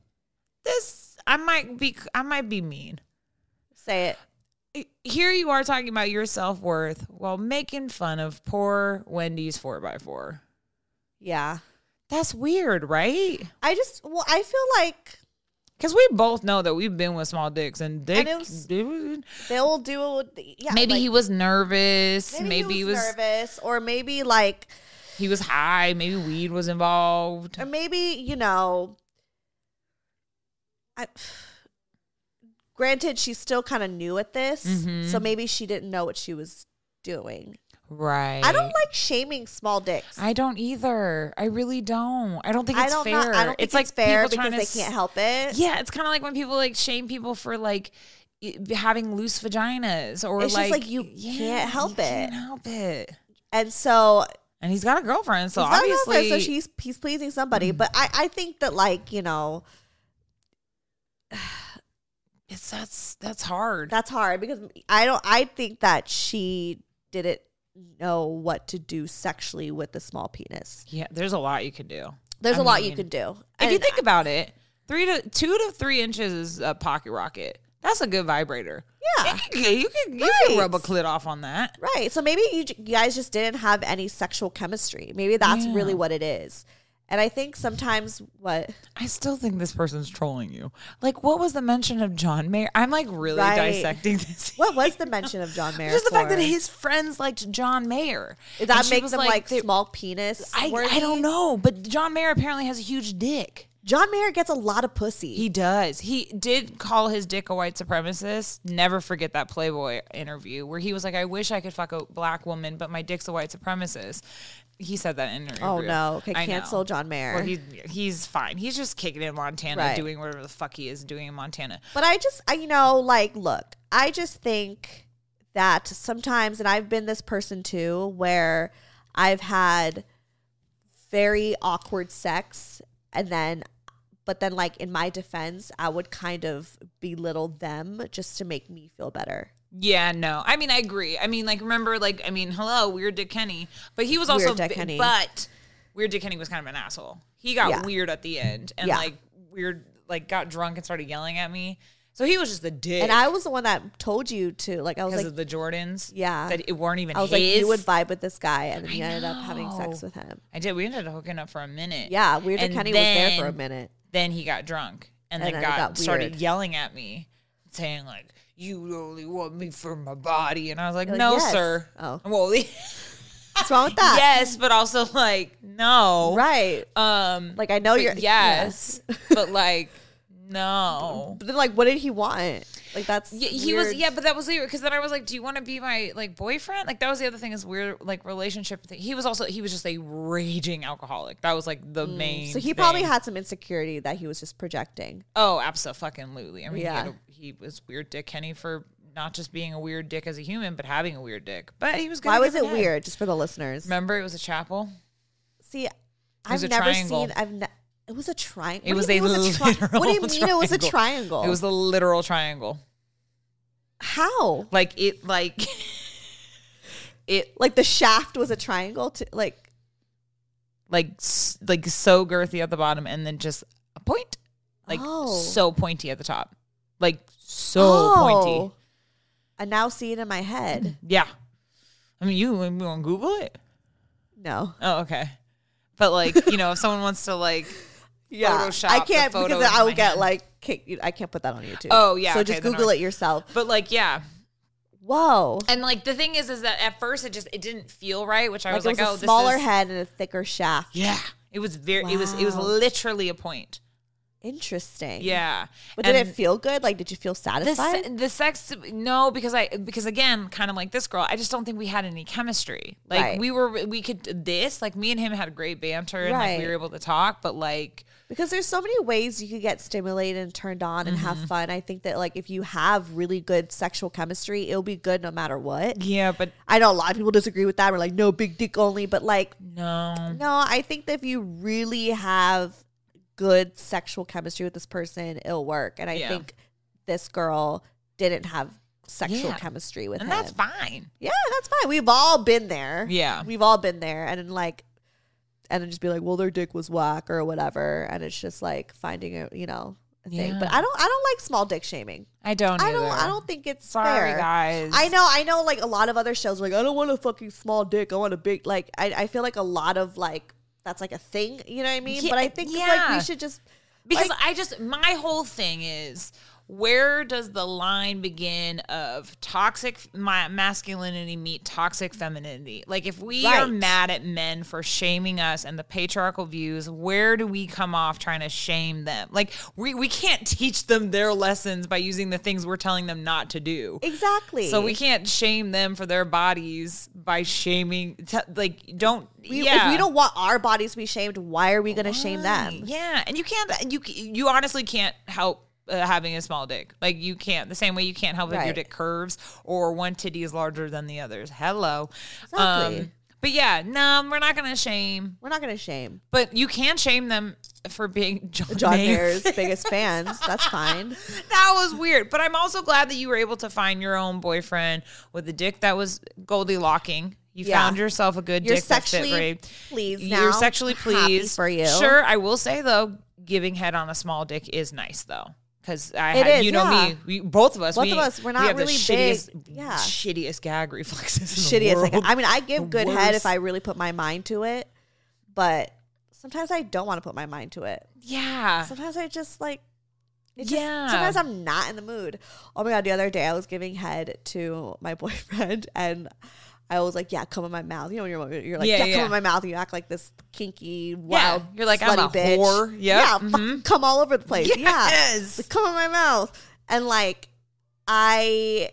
This I might be, I might be mean.
Say
it. Here you are talking about your self worth while making fun of poor Wendy's four x four.
Yeah,
That's weird, right?
I just well, I feel like
Because we both know that we've been with small dicks and dick.
And it was- they'll do it. With the, yeah,
maybe
like,
he was nervous. Maybe, he was.
nervous, or maybe like,
He was high. Maybe weed was involved.
or maybe you know. I, granted, she's still kind of new at this,
Mhm.
so maybe she didn't know what she was doing.
Right.
I don't like shaming small dicks.
I don't either. I really don't. I don't think it's
I don't
fair.
not- I don't think
it's like
it's fair
people trying
because
to
they can't
s-
help it.
Yeah, it's kind of like when people like shame people for like y- having loose vaginas or
it's
like,
just like you
yeah,
can't help
you
it.
can't help it.
And so
And he's got a girlfriend, so
He's got a
obviously, Mm-hmm.
girlfriend, so she's he's pleasing somebody. But I I think that like you know
it's that's that's hard.
that's hard because I don't I think that she didn't know what to do sexually with the small penis.
yeah, there's a lot you could do.
There's
a
a lot you could do.
If you think about it, three to two to three inches is a pocket rocket. That's a good vibrator. Yeah, you could you could, you could
Right.
rub a clit off on that.
Right. So maybe you, j- you guys just didn't have any sexual chemistry. Maybe that's
Yeah.
really what it is. And I think sometimes what
I still think this person's trolling you. Like, what was the mention of John Mayer? I'm like really
Right.
dissecting <laughs> this.
What was the mention of
<laughs>
John Mayer?
Just the fact that
for?
his friends liked John Mayer.
Did that
And she
make
was
them like,
they-
small penis?
I,
worthy?
I don't know, but John Mayer apparently has a huge dick.
John Mayer gets a lot of pussy.
He does. He did call his dick a white supremacist. Never forget that Playboy interview where he was like, "I wish I could fuck a black woman, but my dick's a white supremacist." He said that in an interview.
Oh, no. Okay,
I know.
cancel John Mayer.
Well, he, he's fine. He's just kicking in Montana,
Right.
doing whatever the fuck he is doing in Montana.
But I just, I, you know, like, look, I just think that sometimes, and I've been this person too, where I've had very awkward sex, and then, but then, like, in my defense, I would kind of belittle them just to make me feel better.
Yeah, no. I mean, I agree. I mean, like, remember, like, I mean, hello, Weird Dick Kenny, but he was also,
Weird Dick
bi-
Kenny.
but Weird Dick Kenny was kind of an asshole. He got
Yeah.
weird at the end, and
Yeah.
like weird, like got drunk and started yelling at me. So he was just the dick.
And I was the one that told you to, like, I was
because
like,
of the Jordans.
yeah.
that it weren't even.
I was
his.
like, you would vibe with this guy, and then you ended up having sex
know.
with him.
I did. We ended up hooking up for a minute.
Yeah, Weird Dick
And
Kenny was there for a
then-
minute.
Then he got drunk and,
And
then,
then it
got,
got
started
weird.
yelling at me, saying like, "You only want me for my body," and I was like,
You're like,
"No,
"Yes."
sir."
Oh.
well, <laughs>
What's wrong with that?
yes, but also like, no,
Right.
Um,
Like, I know
but
you're.
yes,
<laughs>
but like, no.
But then, like, what did he want? Like, that's
Yeah, he was yeah, but that was weird because then I was like, "Do you want to be my like boyfriend?" Like that was the other thing is weird like relationship thing. He was also he was just a raging alcoholic. That was like the main.
Mm. So he probably
thing.
had some insecurity that he was just projecting.
Oh, absolutely. I mean,
Yeah.
he, had a, he was weird dick Kenny for not just being a weird dick as a human, but having a weird dick. But he was. good
Why
to
was
give
it
head.
weird? Just for the listeners.
Remember, it was a chapel.
See,
was
I've
a
never
triangle.
seen. I've ne- it was a triangle.
It was a <laughs> literal.
What do you mean it was a triangle?
It was the literal triangle.
how?
Like it, like it,
Like the shaft was a triangle. To like
like s- like so girthy at the bottom, and then just a point, like
Oh.
so pointy at the top, like so pointy.
I oh. now see it in my head.
Yeah, I mean, you, you want to Google it?
No.
Oh, okay. But like, you know, if someone wants to like Photoshop,
I
the
can't
photo
because I
into
will
my
get
hand.
like kick, you- I can't put that on YouTube.
Oh, yeah,
So
okay,
just
then
Google
I-
it yourself.
But like, yeah.
Whoa.
And like the thing is, is that at first it just it didn't feel right, which I was
it
like,
was
oh,
a smaller
this is,
head and a thicker shaft.
Yeah, it was very. It was it was
Wow.
literally a point.
Interesting.
Yeah,
But did
And-
it feel good? Like, did you feel
the,
satisfied?
se- the sex no because i because again kind of like this girl i just don't think we had any chemistry like
Right.
we were we could this like me and him had great banter and like we
Right.
were able to talk but like
because there's so many ways you could get stimulated and turned on and
Mm-hmm.
have fun. I think that like if you have really good sexual chemistry, it'll be good no matter what.
yeah but
I know a lot of people disagree with that. We're like, no, big dick only. But like,
no
no, I think that if you really have good sexual chemistry with this person, it'll work. And I
Yeah.
think this girl didn't have sexual
Yeah.
chemistry with
and
him.
that's fine
Yeah, that's fine. We've all been there.
Yeah.
We've all been there. And then like and then just be like, well, their dick was whack or whatever. And it's just like finding a you know, a thing.
Yeah.
But I don't I don't like small dick shaming.
i don't
I don't
either.
I don't think it's
sorry
fair.
guys
I know, I know like a lot of other shows are like, I don't want a fucking small dick, I want a big like I, I feel like a lot of like that's like a thing, you know what I mean?
Yeah,
but I think like
yeah.
we should just
because
like-
I just my whole thing is where does the line begin of toxic my masculinity meet toxic femininity? Like if we are
Right.
mad at men for shaming us and the patriarchal views, where do we come off trying to shame them? Like we we can't <laughs> teach them their lessons by using the things we're telling them not to do.
Exactly.
So we can't shame them for their bodies by shaming t- like don't
we,
yeah.
if we don't want our bodies to be shamed, why are we gonna shame them?
Yeah, and you can't. uh, You you honestly can't help uh, having a small dick. Like you can't. The same way you can't help if your
Right.
dick curves or one titty is larger than the others. Hello. Um,
Exactly.
but yeah, no, we're not gonna shame.
We're not gonna shame.
But you can shame them for being <laughs> John,
John
Mayer.
Mayer's biggest fans. That's
<laughs>
fine.
That was weird. But I'm also glad that you were able to find your own boyfriend with a dick that was Goldie locking. You
Yeah.
found yourself a good
You're
dick that fit
sexually
right.
pleased now.
You're sexually
Happy
pleased
for you.
Sure, I will say though, giving head on a small dick is nice though. Because I,
It
had-
is,
you know
yeah.
me, we, both of us,
Both
we,
of us, we're not
we have
really
the
big-
shittiest,
yeah.
shittiest gag reflexes. in the
Shitty as like
world.
I mean, I give good head if
Worst.
I really put my mind to it, but Sometimes I don't want to put my mind to it.
<laughs> Yeah.
Sometimes I just like. It just,
Yeah.
Sometimes I'm not in the mood. Oh my god! The other day I was giving head to my <laughs> boyfriend, and I was like, "Yeah, come in my mouth." You know, when you're you're like,
Yeah,
"Yeah, come
yeah.
in my mouth," and you act like this kinky, wild,
You're like, I'm
slutty
a
bitch.
whore. Yep. Mm-hmm.
Yeah, fuck, come all over the place.
<laughs> Yes.
Yeah, Like, come in my mouth, and like
<laughs>
I.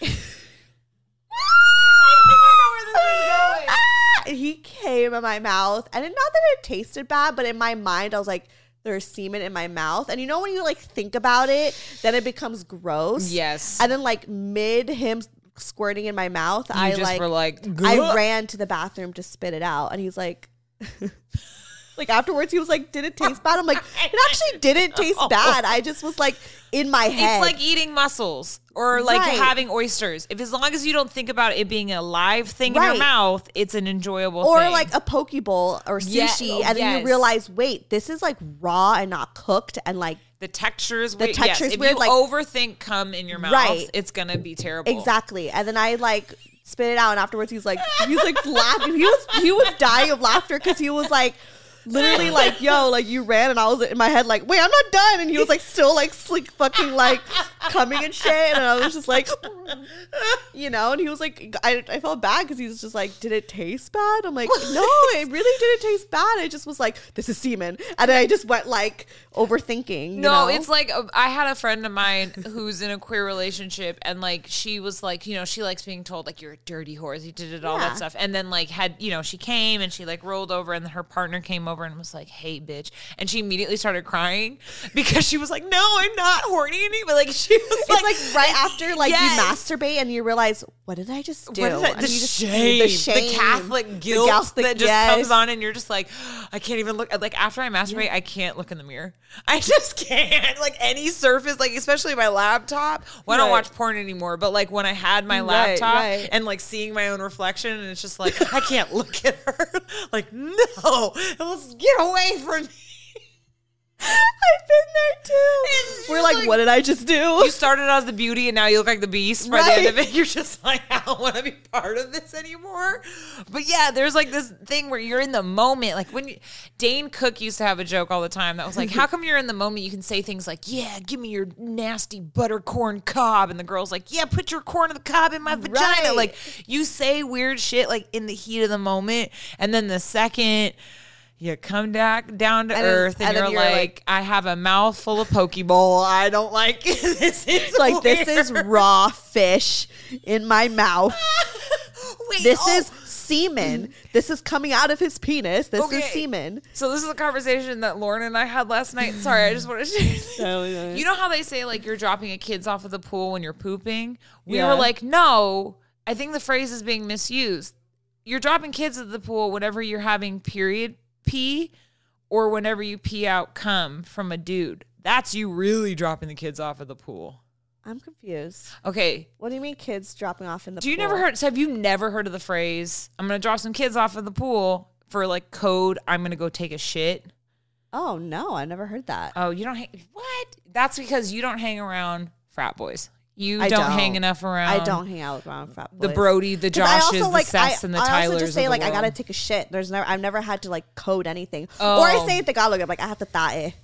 <laughs> and he came in my mouth and it, not that it tasted bad but in my mind i was like there's semen in my mouth and you know when you like think about it then it becomes gross
Yes.
and then like mid him squirting in my mouth
You
i
just
like
were like,
i
"Gah."
ran to the bathroom to spit it out and he's like <laughs> like afterwards he was like did it taste bad i'm like it actually didn't
<laughs>
taste bad i just was like in my head
It's like eating mussels or like
Right.
having oysters. If as long as you don't think about it being a live thing in
Right.
your mouth, it's an enjoyable
or
thing.
like a poke bowl or
Yeah,
sushi,
oh,
and then
yes.
you realize, wait, this is like raw and not cooked, and like
the textures,
the
weird.
texture's
yes, if
weird,
you
like-
overthink cum in your mouth,
Right.
it's gonna be terrible.
exactly. And then I like spit it out, and afterwards he's like, he's like laughing. He was he was dying of laughter because he was like. Literally, like, yo, like you ran, and I was in my head, like, wait, I'm not done. And he was like, still, like, slick, fucking, like, coming and shit. And I was just like, you know, and he was like, I, I felt bad because he was just like, did it taste bad? I'm like, no, it really didn't taste bad. I just was like, this is semen. And I just went like overthinking. you
No,
know?
it's like uh, I had a friend of mine who's in a queer relationship, and like she was like, you know, she likes being told like you're a dirty whore, you did it all
Yeah.
that stuff, and then like had you know she came and she like rolled over, and her partner came over and was like, hey bitch, and she immediately started crying because she was like, no, I'm not horny anymore. Like she was
It's
like,
like, right after like
Yes.
you masturbate and you realize what did I just do?
What is that?
And
The,
you just-
shame, the Catholic guilt
Catholic-
that just
yes.
comes on, and you're just like, I can't even look. Like after I masturbate, I can't look in the mirror. <laughs> I just can't. Like any surface, like especially my laptop. Well, I don't
Right.
watch porn anymore, but like when I had my
Right,
laptop
right.
and like seeing my own reflection, and it's just like I can't <laughs> look at her. Like no, let's get away from me. <laughs>
I've been there too. We're like, what did I just do?
You started out as the beauty and now you look like the beast by the end of
Right.
it. You're just like, I don't want to be part of this anymore. But yeah, there's like this thing where you're in the moment. Like when you, Dane Cook used to have a joke all the time that was like, How come you're in the moment? You can say things like, Yeah, give me your nasty butter corn cob. And the girl's like, Yeah, put your corn of the cob in my vagina.
Right.
Like you say weird shit like in the heat of the moment. And then the second you come back down to
And then-
earth and,
and
you're,
then you're
like,
like-
I have a mouth full of Pokeball. I don't like <laughs> it. this. Is
It's <laughs> like this
weird.
is raw fish in my mouth.
<laughs> Wait,
this
oh.
is semen. This is coming out of his penis. This is
Okay.
semen.
So this is a conversation that Lauren and I had last night. Sorry, I just wanted to. You know how they say like you're dropping a kids off of the pool when you're pooping? We
Yeah.
were like, no, I think the phrase is being misused. You're dropping kids at the pool whenever you're having period pee or whenever you pee out cum from a dude. That's you really dropping the kids off at the pool.
I'm confused.
Okay.
What do you mean kids dropping off in the
Do you
pool?
never heard so have you never heard of the phrase, I'm gonna drop some kids off at the pool for like code, I'm gonna go take a shit?
Oh no, I never heard that.
Oh, you don't hang. What? That's because you don't hang around frat boys. You
I
don't, hang enough around.
I don't hang out around frat
the
boys.
Brody, the
'Cause I also,
Joshes, the
like,
Seths,
I,
and the
I
Tylers.
also just
of
say
the
like I
world.
gotta take a shit. There's never I've never had to like code anything. Or I
Oh.
say it Tagalog. I'm like I have to tae.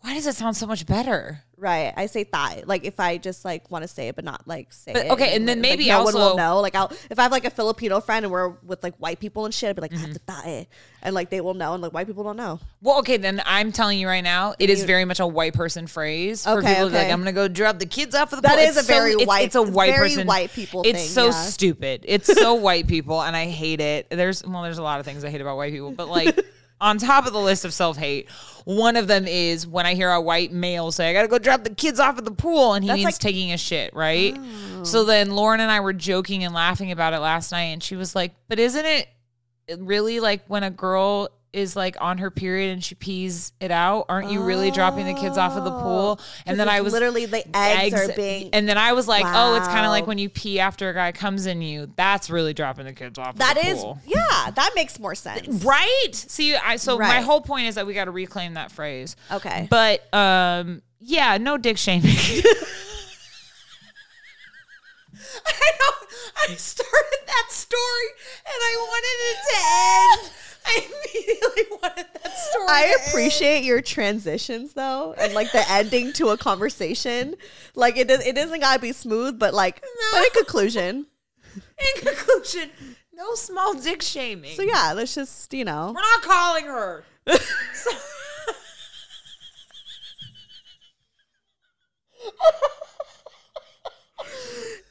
Why does it sound so much better?
Right. I say thigh. Like if I just like want to say it, but not like say
But,
it.
okay, and then
like,
maybe
no one will
also-
know. Like I'll if I have like a Filipino friend and we're with like white people and shit, I'd be like I
Mm-hmm.
have to thigh, and like they will know, and like white people don't know.
Well, okay, then I'm telling you right now, it is very much a white person phrase for
Okay,
people to be like,
okay.
"I'm gonna go drop the kids off at the
That
pool."
is
It's
a very
it's-
white-
It's, a white
very
person.
white people
It's
thing,
so
yeah.
stupid. It's so <laughs> white people, and I hate it. There's well, there's a lot of things I hate about white people, but like
<laughs>
on top of the list of self hate, one of them is when I hear a white male say, "I gotta go drop the kids off at the pool," and he
That's
means
like- Oh.
taking a shit, right? So then Lauren and I were joking and laughing about it last night, and she was like, "But isn't it?" it really like when a girl is like on her period and she pees it out aren't you really dropping the kids off of the pool and then
Because Oh.
i
it's
was
literally the eggs, are being.
and then i was like oh it's kind
Wow.
of like when you pee after a guy comes in you that's really dropping the kids off
that
of the
is
pool.
yeah. That makes more sense.
right see i so my
Right.
whole point is that we got to reclaim that phrase
Okay.
but um yeah no dick shaming <laughs> I know. I started that story and I wanted it to end
I appreciate your transitions though, and like the ending to a conversation. Like it, does, it doesn't gotta be smooth, but like, but in conclusion.
In conclusion, no small dick shaming.
So yeah, let's just you know,
We're not calling her. So-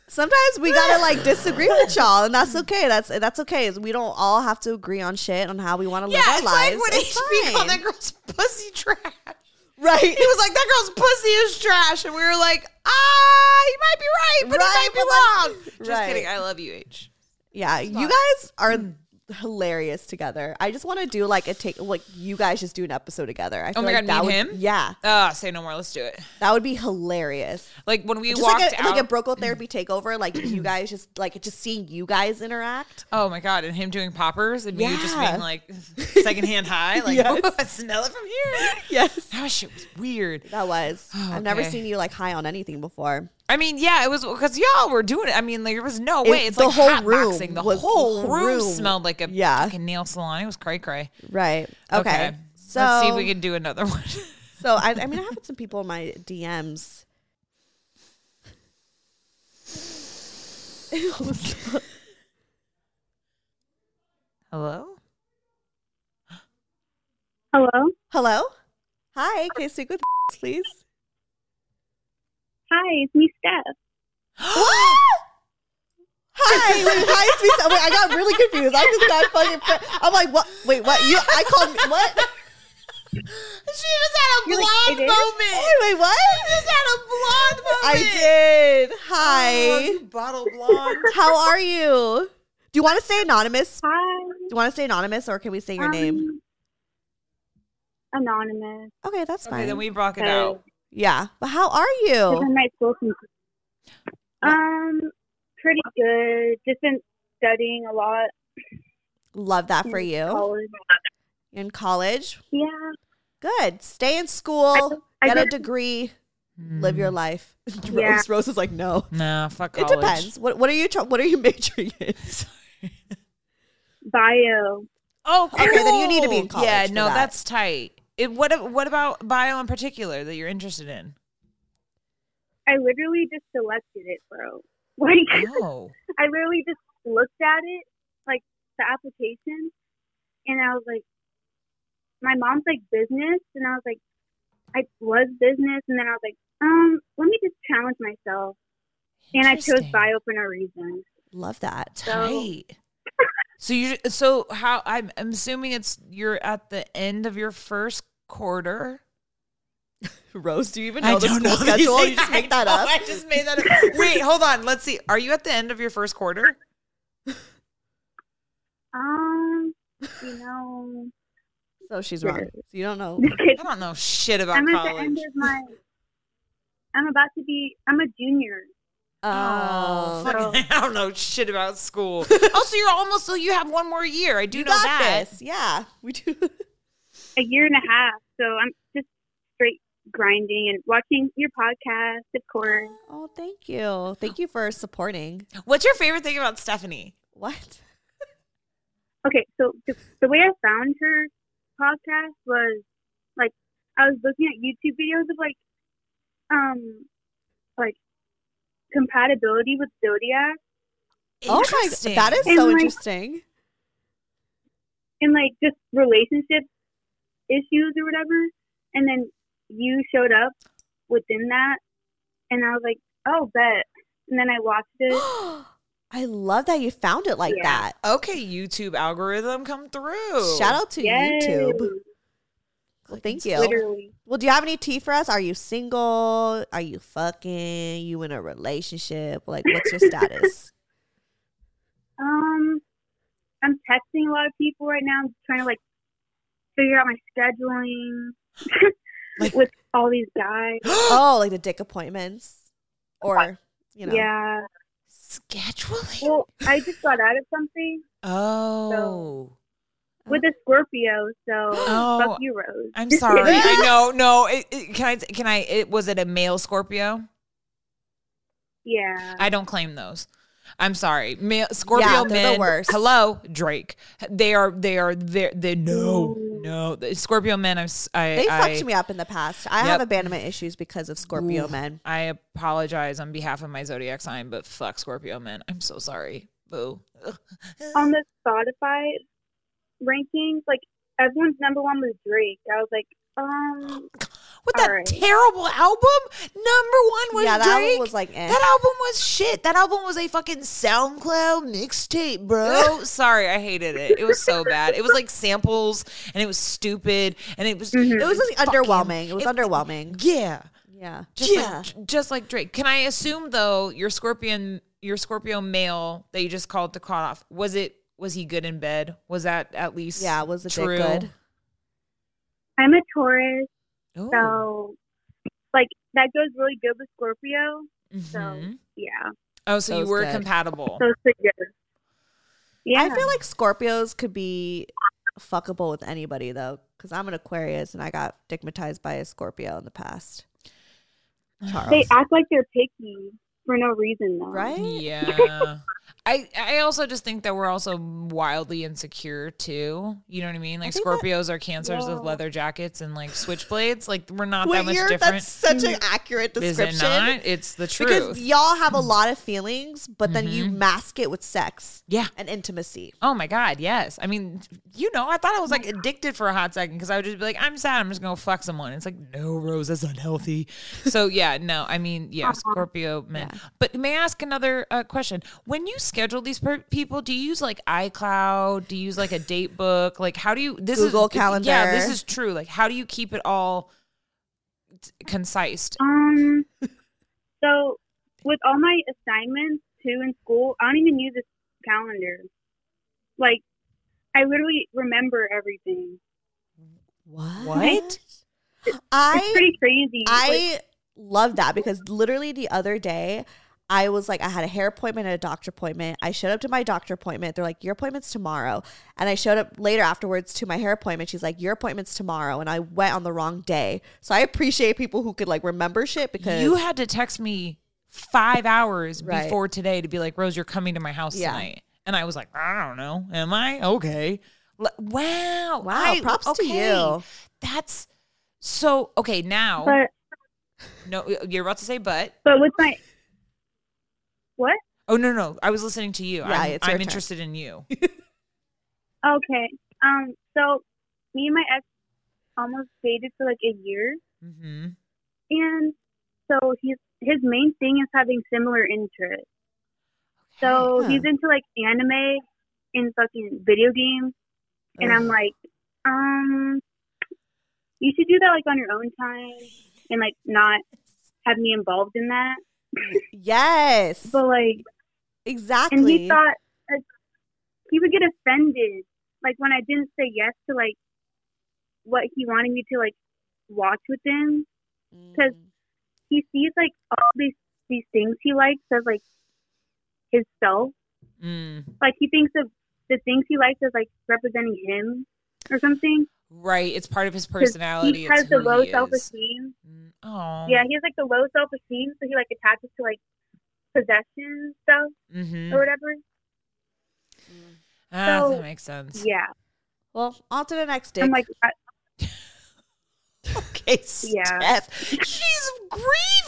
sometimes we gotta like disagree with y'all, and that's okay. That's that's okay. Is we don't all have to agree on shit on how we want to
yeah,
live our
it's
lives.
like when
It's
HB
fine.
called that girl's pussy trash.
Right.
He was like, that girl's pussy is trash. And we were like, ah, you might be right, but
Right,
it might be wrong. Just
right.
kidding. I love you, H.
<laughs> Yeah, you guys are hilarious together. I just want to do like a take, like you guys just do an episode together. I
Oh
feel
my
like
God,
that
me and
would-
him?
Yeah,
Ah, say no more. Let's do it.
that would be hilarious.
Like when we
just
walked
like a,
out.
like a broco therapy takeover, like you guys just like just seeing you guys
<laughs>
interact.
oh my God. And him doing poppers and me just
Yeah.
being like <laughs> secondhand high.
<laughs>
Like,
Yes.
"Ooh, I smell it from here.
Yes,
That shit was weird.
that was. I've never
Oh, okay.
seen you like high on anything before.
I mean, yeah, it was because y'all were doing it. I mean, like, there was no way.
It-
It's
the
like
whole
hot
room
boxing. The
was-
whole
the
room,
room.
smelled like a
Yeah.
fucking nail salon. It was cray cray.
Right. Okay. So
let's see if we can do another <laughs> one.
So I, I mean, I have some people in my <laughs> DMs. It was-
<gasps> Hello.
Hello.
Hello. Hi. Can I speak with please?
Hi, it's me, Steph.
What? Hi, <laughs> wait, hi, it's me. So- Wait, I got really confused. I just got fucking. Fr- I'm like, what? Wait, what? You? I called what?
She just had a
You're like,
blonde
"It is?"
moment.
Hey, wait, what?
She just had a blonde moment.
I did.
Oh,
Hi.
you bottle blonde.
How are you? Do you want to stay anonymous?
Hi.
Do you want to stay anonymous, or can we say your
Um,
name?
Anonymous.
Okay, that's
okay,
fine.
then we broke it
Okay.
out.
yeah, but how are
Because I
you?
might school some. Um, pretty good. Just been studying a lot.
Love that for
in
you.
college.
In college,
Yeah.
good. Stay in school.
I
Get a
just-
degree.
Hmm.
Live your life. <laughs>
Yeah.
Rose, Rose is like, no.
Nah, fuck college.
It depends. What What are you tr- What <laughs> are you majoring in?
Bio.
Oh, cool.
Okay, then you need to be in college
Yeah,
for
no,
that.
that's tight. It, what ab- What about bio in particular that you're interested in?
I literally just selected it, bro. Like,
Oh,
I literally just looked at it, like the application, and I was like, my mom's like business, and I was like, I was business, and then I was like, um, let me just challenge myself, and I chose
Interesting.
bio for no reason.
Love that.
tight. So you so how I'm, I'm assuming it's you're at the end of your first quarter. <laughs>
Rose, do you even
I
know the
don't
school
know these
schedule? You
things.
just make
<laughs> I
that
know,
up.
I just made that up. Wait, hold on. Let's see. Are you at the end of your first quarter?
Um, you know,
So she's wrong. You don't
<laughs>
know.
I don't know shit about
I'm at the
college.
end of my. I'm about to be. I'm a junior.
Oh,
Oh,
so-
fuck. <laughs> I don't know shit about <laughs> school. also, you're almost so you have one more year. I do
you
know
got
that.
this. Yeah, we do. <laughs>
a year and a half. So I'm just straight grinding and watching your podcast, of course.
Oh, thank you. Thank you for supporting.
What's your favorite thing about Stephanie?
What?
Okay, so the, the way I found her podcast was like I was looking at YouTube videos of like, um, like compatibility with zodiac
Oh my,
Interesting.
that is
And,
so
like- <laughs>
interesting.
and like just relationship issues or whatever. And then you showed up within that, and I was like, oh, bet. And then I watched
<gasps>
it.
I love that you found it like
Yeah.
okay. YouTube algorithm come through.
that. Shout out to
Yes,
YouTube. Well, thank you.
Literally.
Well, do you have any tea for us? Are you single? Are you fucking? You in a relationship? Like, what's your
<laughs>
status?
Um, I'm texting a lot of people right now. I'm trying to like figure out my scheduling
Like-
with all these guys.
oh, like the dick appointments, or you know,
Yeah.
Scheduling.
Well, I just got out of something
Oh.
with a Scorpio, so
Oh.
fuck you, Rose.
I'm sorry. I
<laughs>
know. No. It, it, can I? Can I? It was it a male Scorpio?
<laughs> yeah.
I don't claim those. I'm sorry, Ma- Scorpio
Yeah, they're the
men.
worst.
Hello, Drake. They are. They are. They. They no. No. The Scorpio men. I'm, s- I.
They
I,
fucked me up in the past. I
Yep.
have abandonment issues because of Scorpio
Ooh,
men.
I apologize on behalf of my zodiac sign, but fuck Scorpio men. I'm so sorry. Boo.
on the Spotify rankings, like everyone's number one was Drake. I was like, um,
with that terrible album, number one was
Yeah, that album
Drake.
was like, eh.
that album was shit. That album was a fucking SoundCloud mixtape, bro. <laughs> Sorry, I hated it. It was so bad. It was like samples, and it was stupid, and Mm-hmm. it was
It was like
fucking-
underwhelming. It was underwhelming.
Yeah,
Yeah.
just like, just like Drake. Can I assume though your Scorpion, your Scorpio male that you just called the cut off was it? Was he good in bed? Was that at least
Yeah, was the dick
true?
good?
I'm a Taurus,
Ooh.
so like that goes really good with Scorpio. So
Mhm.
yeah,
Oh, so you
So's
were
good.
compatible.
so it's pretty good. Yeah,
I feel like Scorpios could be fuckable with anybody though, because I'm an Aquarius and I got stigmatized by a Scorpio in the past. Charles,
they act like they're picky for no reason though.
right?
Yeah. I I also just think that we're also wildly insecure too. You know what I mean? Like
think that-
Scorpios are cancers with
Yeah.
leather jackets and like switchblades. Like we're not
Wait,
that much
you're-
different.
That's such an accurate
Is
description.
it not? It's the truth.
Because y'all have a lot of feelings, but then you
Mhm.
mask it with sex
yeah.
and intimacy.
Oh my God. Yes. I mean, you know, I thought I was like addicted for a hot second because I would just be like, I'm sad. I'm just going to fuck someone. It's like, no, Rose, that's unhealthy. So, yeah, no, I mean,
Uh-huh.
yeah, Scorpio men. But may I ask another uh, question? When you schedule these per- people, do you use like iCloud? Do you use like a date book? Like, how do you, this
Google
is, Yeah, this
Calendar.
is true. Like, how do you keep it all t- concise?
Um, so with all my assignments too in school, I don't even use a calendar. Like, I literally remember everything.
What?
What?
It's
I
pretty crazy. Like,
I love that because literally the other day I was like I had a hair appointment and a doctor appointment. I showed up to my doctor appointment. They're like, "Your appointment's tomorrow." And I showed up later afterwards to my hair appointment. She's like, "Your appointment's tomorrow." And I went on the wrong day. So I appreciate people who could like remember shit because
You had to text me five hours
Right.
before today to be like, Rose, you're coming to my house
Yeah.
tonight. And I was like, I don't know. Am I? Okay. L- wow.
Wow,
I-
props to
okay.
you.
That's so okay. Now,
but
no, you're about to say, but.
but with my what?
Oh, no, no. I was listening to you.
Yeah,
I'm,
it's your
I'm
turn.
interested in
<laughs>
you.
Okay. Um. So me and my ex almost dated for like a year,
hmm
and so he's his main thing is having similar interests. So
Huh.
he's into like anime and fucking video games, and I'm
Ugh.
like, um, you should do that like on your own time and like not have me involved in that.
yes,
But like,
exactly.
and he thought like, he would get offended, like when I didn't say yes to like what he wanted me to like watch with him. because He sees like all these these things he likes as like his self.
Mm,
like he thinks of the things he likes as like representing him or something.
right. It's part of his
'Cause
personality.
He
It's
has the
who
low
he is.
self esteem.
Oh.
Yeah, he has like the low self esteem, so he like attaches to like possession stuff
hmm
or whatever.
Ah,
so-
that makes sense.
Yeah,
well, on to the next dick.
I'm like, I,
<laughs>
Okay,
Yeah.
Steph. She's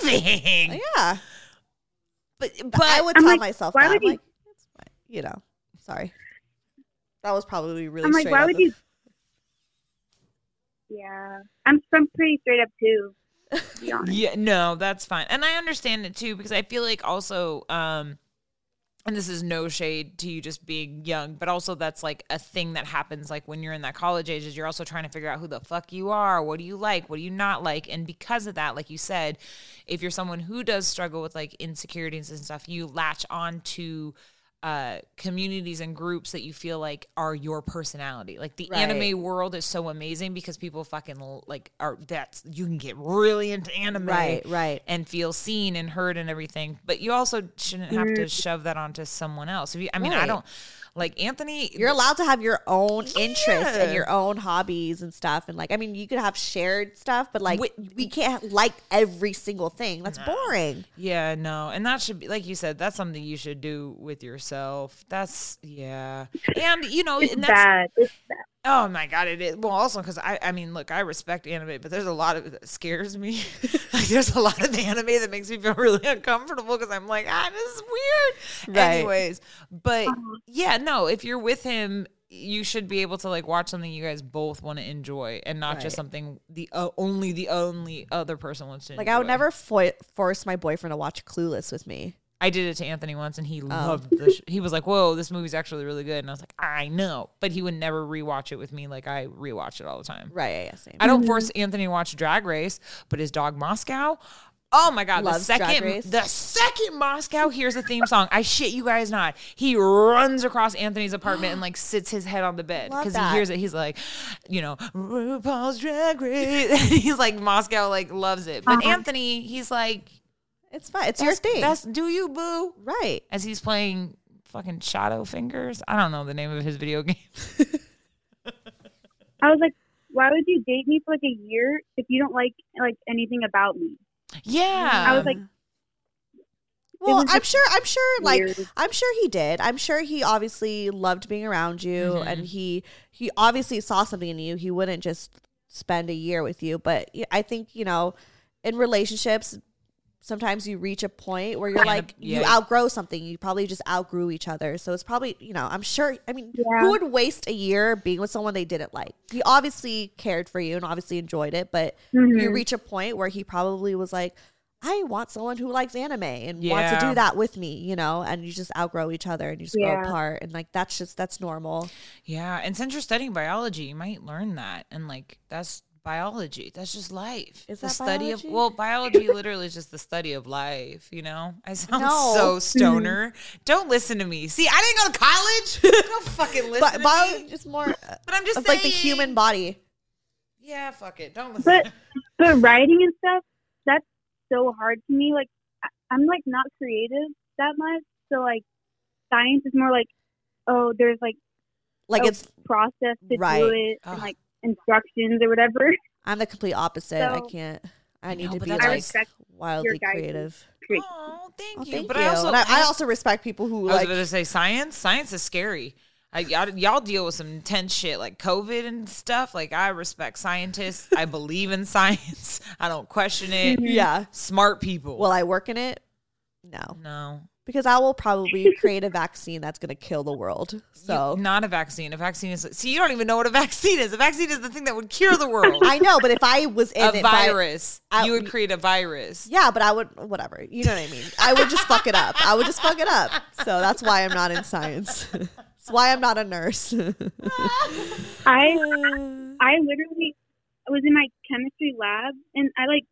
grieving.
<laughs>
yeah,
But,
but I would
I'm
tell
like,
myself
why
that.
would
I'm
you-
like, it's fine. you know, sorry. That was probably really.
I'm like,
straight
why
out
would
the-
you? Yeah, I'm I'm pretty straight up too. To be honest.
yeah, no, that's fine, and I understand it too because I feel like also, um, and this is no shade to you just being young, but also that's like a thing that happens like when you're in that college age is you're also trying to figure out who the fuck you are, what do you like, what do you not like, and because of that, like you said, if you're someone who does struggle with like insecurities and stuff, you latch on to. Uh, communities and groups that you feel like are your personality. Like the
Right.
anime world is so amazing because people fucking like are that's you can get really into anime
Right, right.
and feel seen
Mm.
and heard and everything. But you also shouldn't have to shove that onto someone else. If you, I mean, I
Right.
don't Like Anthony,
You're allowed to have your own interests
Yeah.
and your own hobbies and stuff. And like, I mean, you could have shared stuff, but like, we, can't like every single thing. That's boring.
Yeah, no. And that should be like you said, that's something you should do with yourself. That's yeah. And you know,
It's
and that's,
bad. It's bad.
Oh my god, it is. Well, also because I, I mean, look, I respect anime, but there's a lot of that scares me. <laughs> like, there's a lot of anime that makes me feel <laughs> really uncomfortable because I'm like, ah, this is weird.
Right.
Anyways, but
Uh-huh.
yeah, no, if you're with him, you should be able to like watch something you guys both want to enjoy, and not
Right.
just something the uh, only the only other person wants to.
Like, I would
enjoy.
never fo- force my boyfriend to watch Clueless with me.
I did it to Anthony once, and he
Oh.
loved the. Sh- he was like, "Whoa, this movie's actually really good," and I was like, "I know," but he would never rewatch it with me. Like I rewatch it all the time.
Right? Yeah. yeah same.
I don't force Anthony to watch Drag Race, but his dog Moscow. Oh my god!
Loves
the
Drag
second,
Race.
the second Moscow hears the theme song, I shit you guys not. He runs across Anthony's apartment and like sits his head on the bed
Love
because he
that.
hears it. He's like, you know, RuPaul's Drag Race. <laughs> he's like Moscow, like loves it. But
Uh-huh.
Anthony, he's like,
It's fine. It's your
that's-
thing.
That's do you boo?
Right.
As he's playing fucking Shadow Fingers. I don't know the name of his video <laughs> game.
I was like, why would you date me for like a year if you don't like like anything about me?
Yeah.
I was like,
Well,
was
I'm
just
sure. I'm sure. Like,
weird.
I'm sure he did. I'm sure he obviously loved being around you, and he he obviously saw something in you. He wouldn't just spend a year with you. But y- I think you know, in relationships, sometimes you reach a point where you're
Kind of,
like you
yeah.
outgrow something. You probably just outgrew each other. So it's probably you know. I'm sure. I mean,
Yeah.
who would waste a year being with someone they didn't like? He obviously cared for you and obviously enjoyed it, but you
Mhm.
reach a point where he probably was like. I want someone who likes anime and wants to
Yeah.
do that with me, you know, and you just outgrow each other and you just
Yeah.
grow apart. And like, that's just, that's normal.
Yeah, and since you're studying biology, you might learn that, and like that's biology. That's just life.
Is
the
that
study
biology? <laughs>
of well, biology literally is just the study of life. You know, I sound
No.
so stoner. Don't listen to me. See, I didn't go
<laughs>
to college. Don't fucking listen.
But
to
biology
me.
is more
But I'm <laughs> just
of like the
saying-
human body.
Yeah, fuck it. Don't listen.
but but writing and stuff that's so hard to me. Like I- I'm like not creative that much, so like science is more like oh, there's like
Like,
a
it's,
process Oh, to
Right.
do it
Ugh.
and like instructions or whatever.
I'm the complete opposite. I
So-
can't, I need
know,
to
but
be
that's
I
like
just-
respect your
wildly
guys'
creative.
creativity.
Oh, thank
Oh,
you.
thank
but
you.
I also
And I, I also respect people who
I was
like,
about to say science. Science is scary. I, y'all, y'all deal with some intense shit like COVID and stuff. Like I respect scientists.
<laughs>
I believe in science. I don't question it.
<laughs> yeah,
Smart people.
will I work in it? No,
no.
because I will probably create a vaccine that's going to kill the world. So
Not a vaccine. A vaccine is see. You don't even know what a <laughs> vaccine is. A vaccine is the thing that would cure the world.
I know, but if I was in
A
it by-
virus.
I-
you would create a virus.
Yeah, but I would whatever. You know what I mean. I would just fuck it up. I would just fuck it up. So that's why I'm not in science. <laughs> That's why I'm not a nurse.
I
<laughs>
I literally was in my chemistry lab and I like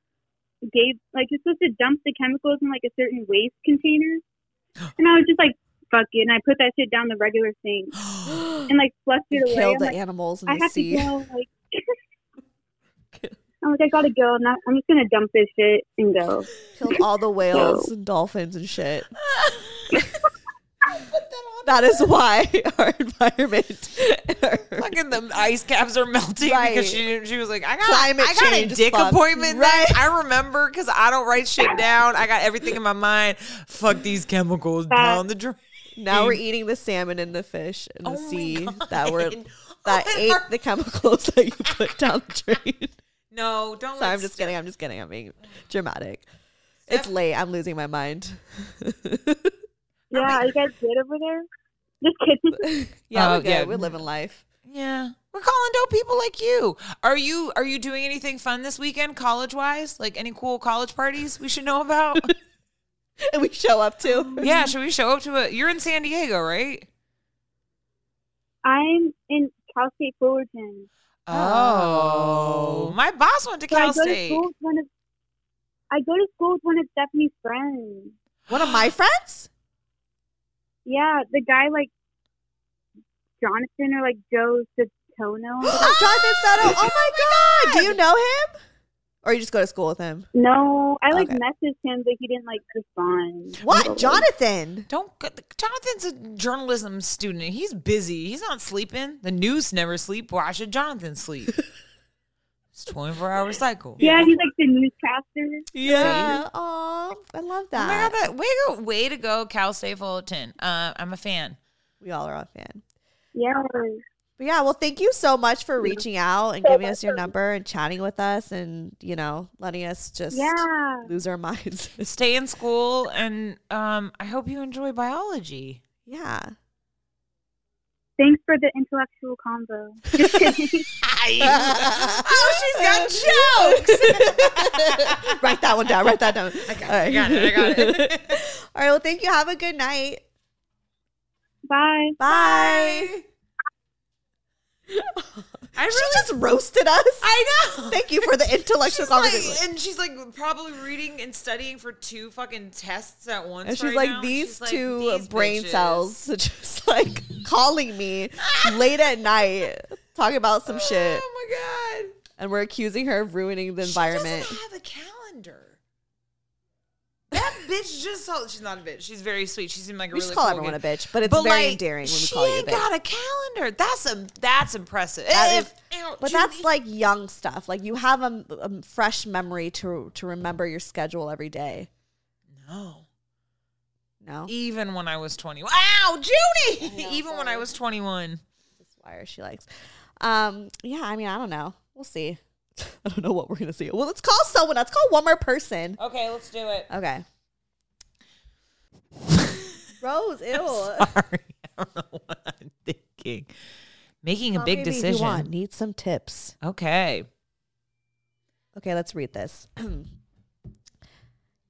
gave like you're supposed to dump the chemicals in like a certain waste container, and I was just like fuck it, and I put that shit down the regular thing and like flushed it away.
Kill
I'm
the
like,
animals in
I
the
have
sea.
to go. Like I'm like I gotta go. Now I'm just gonna dump this shit and go.
Killed all
<laughs>
the whales and dolphins and
<laughs>
shit. That is why <laughs> our environment, our
<laughs> Fucking the ice caps are melting
Right.
because she she was like, I got
Climate
I got
change
a
is
dick
fucked.
appointment.
Right.
next. I remember because I don't write shit down. I got everything in my mind. Fuck these chemicals down the drain.
now we're eating the salmon and the fish and the
Oh my
sea
<laughs> God.
that were that
Oh,
ate
our-
the chemicals that you put down the drain.
No, don't.
So I'm
let's-
just kidding. I'm just kidding. I'm being dramatic. It's late. I'm losing my mind.
<laughs> Yeah, you guys good over there? Just kidding.
<laughs> Yeah,
Oh,
we're good.
yeah.
We're living life.
Yeah, we're calling dope people like you. Are you are you doing anything fun this weekend, college wise? Like any cool college parties we should know
<laughs>
about?
And we show up too.
yeah, should we show up to a? You're in San Diego, right?
I'm in Cal State Fullerton.
Oh, my boss went to
So I
Cal
go to
State.
school with one of I go to school with one of Stephanie's friends.
One of my
<gasps>
friends?
Yeah, the guy like Jonathan or like Joe Satono.
<gasps> oh Jonathan Soto. Oh my, god. Do you know him? Or you just go to school with him?
No, I like
Okay.
messaged him, but he didn't like respond.
What? Jonathan?
Don't. go- Jonathan's a journalism student. He's busy. He's not sleeping. The news never sleep. Why should Jonathan sleep? it's twenty four hour cycle.
Yeah, he's like the newscaster.
Yeah.
Oh, I love
Oh my
that.
God, that way to go, way to go, Cal State Fullerton. Uh, I'm a fan.
We all are a fan.
Yeah.
But yeah, well, thank you so much for reaching out and giving us your number and chatting with us and, you know, letting us just
Yeah.
lose our minds. <laughs>
Stay in school, and um, I hope you enjoy biology. <laughs>
yeah.
Thanks for the intellectual convo. Just kidding.
oh, she's got jokes. <laughs>
write that one down. Write that down. I
I got it, I got
it. <laughs> All right. Well, thank you. Have a good night.
Bye.
Bye.
I really
she just roasted us.
I know.
Thank you for the intellectual
<laughs> She's like,
conversation.
and she's like probably reading and studying for two fucking tests at once.
and she's
right
like,
now.
these
She's like,
two
"These
brain
bitches."
cells <laughs> are just like calling me late at night, talking about
Ah.
some shit.
Oh my god!
And we're accusing her of ruining the
She
environment.
doesn't have a calendar. That bitch just told. She's not a bitch. She's very sweet. She seemed like a
We
really
should call
cool
everyone
kid.
a bitch, but it's very
like,
endearing when we
she
call you a
ain't
bitch.
got a calendar. That's a that's impressive.
That
If-
is-
Ow,
but
Julie.
that's like young stuff. Like you have a, a fresh memory to to remember your schedule every day.
no.
No,
Even when I was twenty. Wow, Judy. Even when I was twenty-one.
wire she likes. Um, yeah, I mean, I don't know. We'll see. <laughs> I don't know what we're gonna see. Well, let's call someone. Let's call one more person.
Okay, let's do it. <laughs>
Okay. Rose, ew.
Sorry, <laughs> I don't know what I'm thinking. Making a
Call
big
me if you
decision.
want. Need some tips.
Okay.
Okay, let's read this. <clears throat>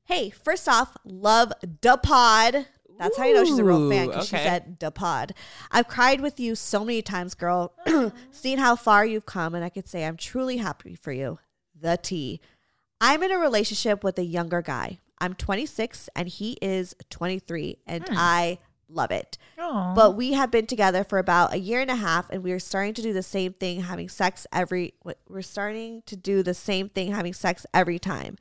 hey, first off, love da pod. That's how you know she's a real fan because
Ooh,
she
okay.
said da pod. I've cried with you so many times, girl. <clears throat> Seen how far you've come, and I could say I'm truly happy for you. The T. I'm in a relationship with a younger guy. I'm 26 and he is 23, and
Hmm.
I love it.
Aw.
But we have been together for about a year and a half, and we are starting to do the same thing, having sex every. what- We're starting to do the same thing, having sex every time.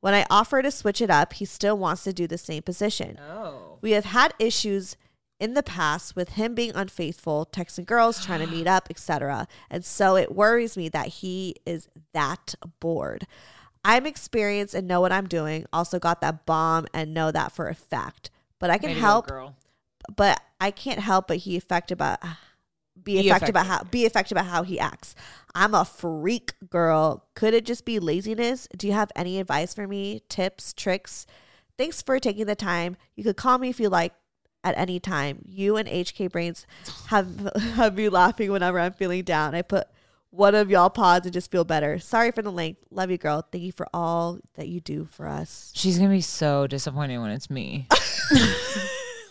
When I offer to switch it up, he still wants to do the same position.
Oh.
We have had issues in the past with him being unfaithful, texting girls, trying to meet up, etc. And so it worries me that he is that bored. I'm experienced and know what I'm doing. Also got that bomb and know that for a fact. But I can
Way to go,
help
girl.
but I can't help but he affected about uh, be
Be
affected about how
affected.
be affected about how he acts. I'm a freak girl. Could it just be laziness? Do you have any advice for me? Tips, tricks? Thanks for taking the time. You could call me if you like at any time. You and HK Brains have <laughs> have me laughing whenever I'm feeling down. I put one of y'all pods and just feel better. Sorry for the length. Love you, girl. Thank you for all that you do for us.
She's gonna be so disappointed when it's
<laughs>
me.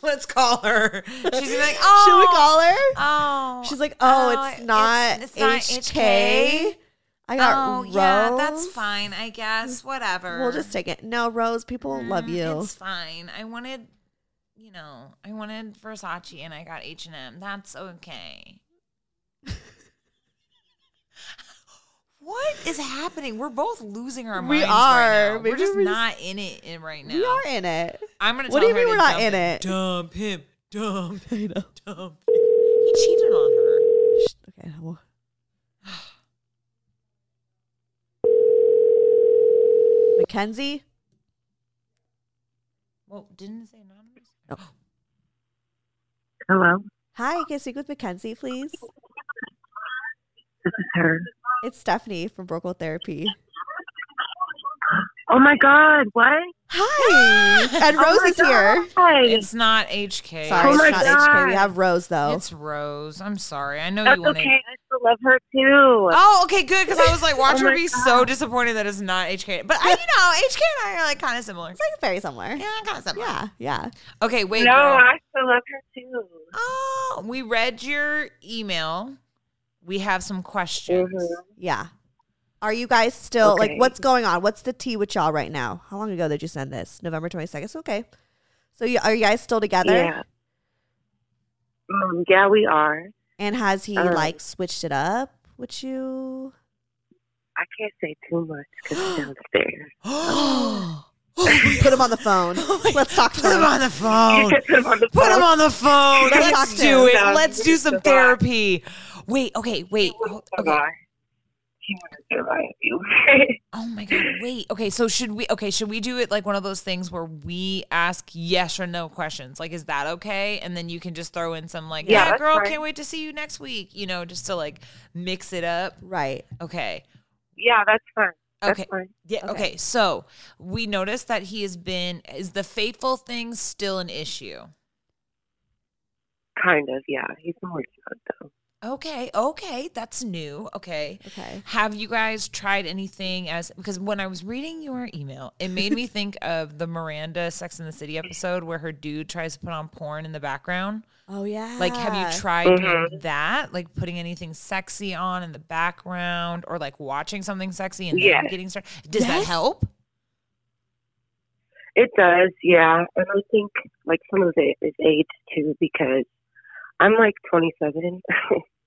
Let's call her. She's gonna be like, oh,
Should we call her?
Oh,
She's like, oh,
oh,
it's not
it's- it's not
HK.
HK.
I got
oh
Rose.
yeah, that's fine. I guess whatever.
We'll just take it. No, Rose, people
Mm,
love you.
It's fine. I wanted, you know, I wanted Versace and I got H and M.
<laughs>
That's okay. what is happening? We're both losing our
We
minds.
are.
Right now.
Maybe
We're just
we're just-
not in it in right now.
We are in it.
I'm gonna.
What do
tell
you
her
mean
to
we're not
dump
in
him.
it?
Dump him. Dump.
<laughs> I know.
Dump. He cheated on her.
Sh- Okay. well- Mackenzie?
Well, didn't it say anonymous?
No.
Hello,
Hi, can I speak with Mackenzie, please?
this is her.
It's Stephanie from Brocal Therapy.
Oh my God, what?
<laughs>
Hi. and
Oh
Rose
my
is here.
God.
It's not HK.
Sorry,
Oh
it's
my
not HK. We
God.
have Rose, though.
It's Rose. I'm sorry. I know
That's
you wanted.
okay. I still love her too.
Oh, okay, good. Because I was like, watch
<laughs> Oh
her
my
be
God.
so disappointed that it's not HK. But I, you know, HK and I are like kind of similar.
it's like very somewhere.
Yeah, kind of similar.
Yeah. Yeah.
Okay, wait.
no,
girl.
I still love her too.
Oh, we read your email. We have some
<laughs>
questions.
Mhm.
Yeah. Are you guys still like
Okay.
what's going on? What's the tea with y'all right now? How long ago did you send this? November 22nd. So, Okay. So you, are you guys still together?
Yeah. Um, yeah, we are.
And has he
Um,
like switched it up with you?
I can't say too much because he's
<gasps>
downstairs. Oh,
Put him on the phone. Let's talk to
Put him on the
<laughs>
phone.
Put him on the
Oh, Put him
phone.
on the phone.
Let's
Let's,
talk to
do
him.
it.
No,
Let's do
he's
some
the guy.
therapy. Wait, okay, wait. Oh, Okay.
He wouldn't survive you.
Oh my god, wait. Okay, so should we okay, should we do it like one of those things where we ask yes or no questions? Like, is that okay? And then you can just throw in some like,
Yeah,
yeah,
that's
girl,
fine.
can't wait to see you next week, you know, just to like mix it up.
Right.
Okay.
<laughs> yeah, that's fine. That's
Okay.
fine.
Yeah. Okay. So we noticed that he has been. Is the faithful thing still an issue?
Kind of, yeah. He's been working on it, though.
Okay. Okay. That's new. Okay. Okay. Have you guys tried anything as because when I was reading your email, it made me think of the Miranda Sex in the City episode where her dude tries to put on porn in the background.
Oh yeah.
Like, have you tried
Mm-hmm.
doing that? Like putting anything sexy on in the background or like watching something sexy and then
Yes.
getting started? Does that
Yes.
help?
It does, yeah. And I think like some of it is age too because I'm like 27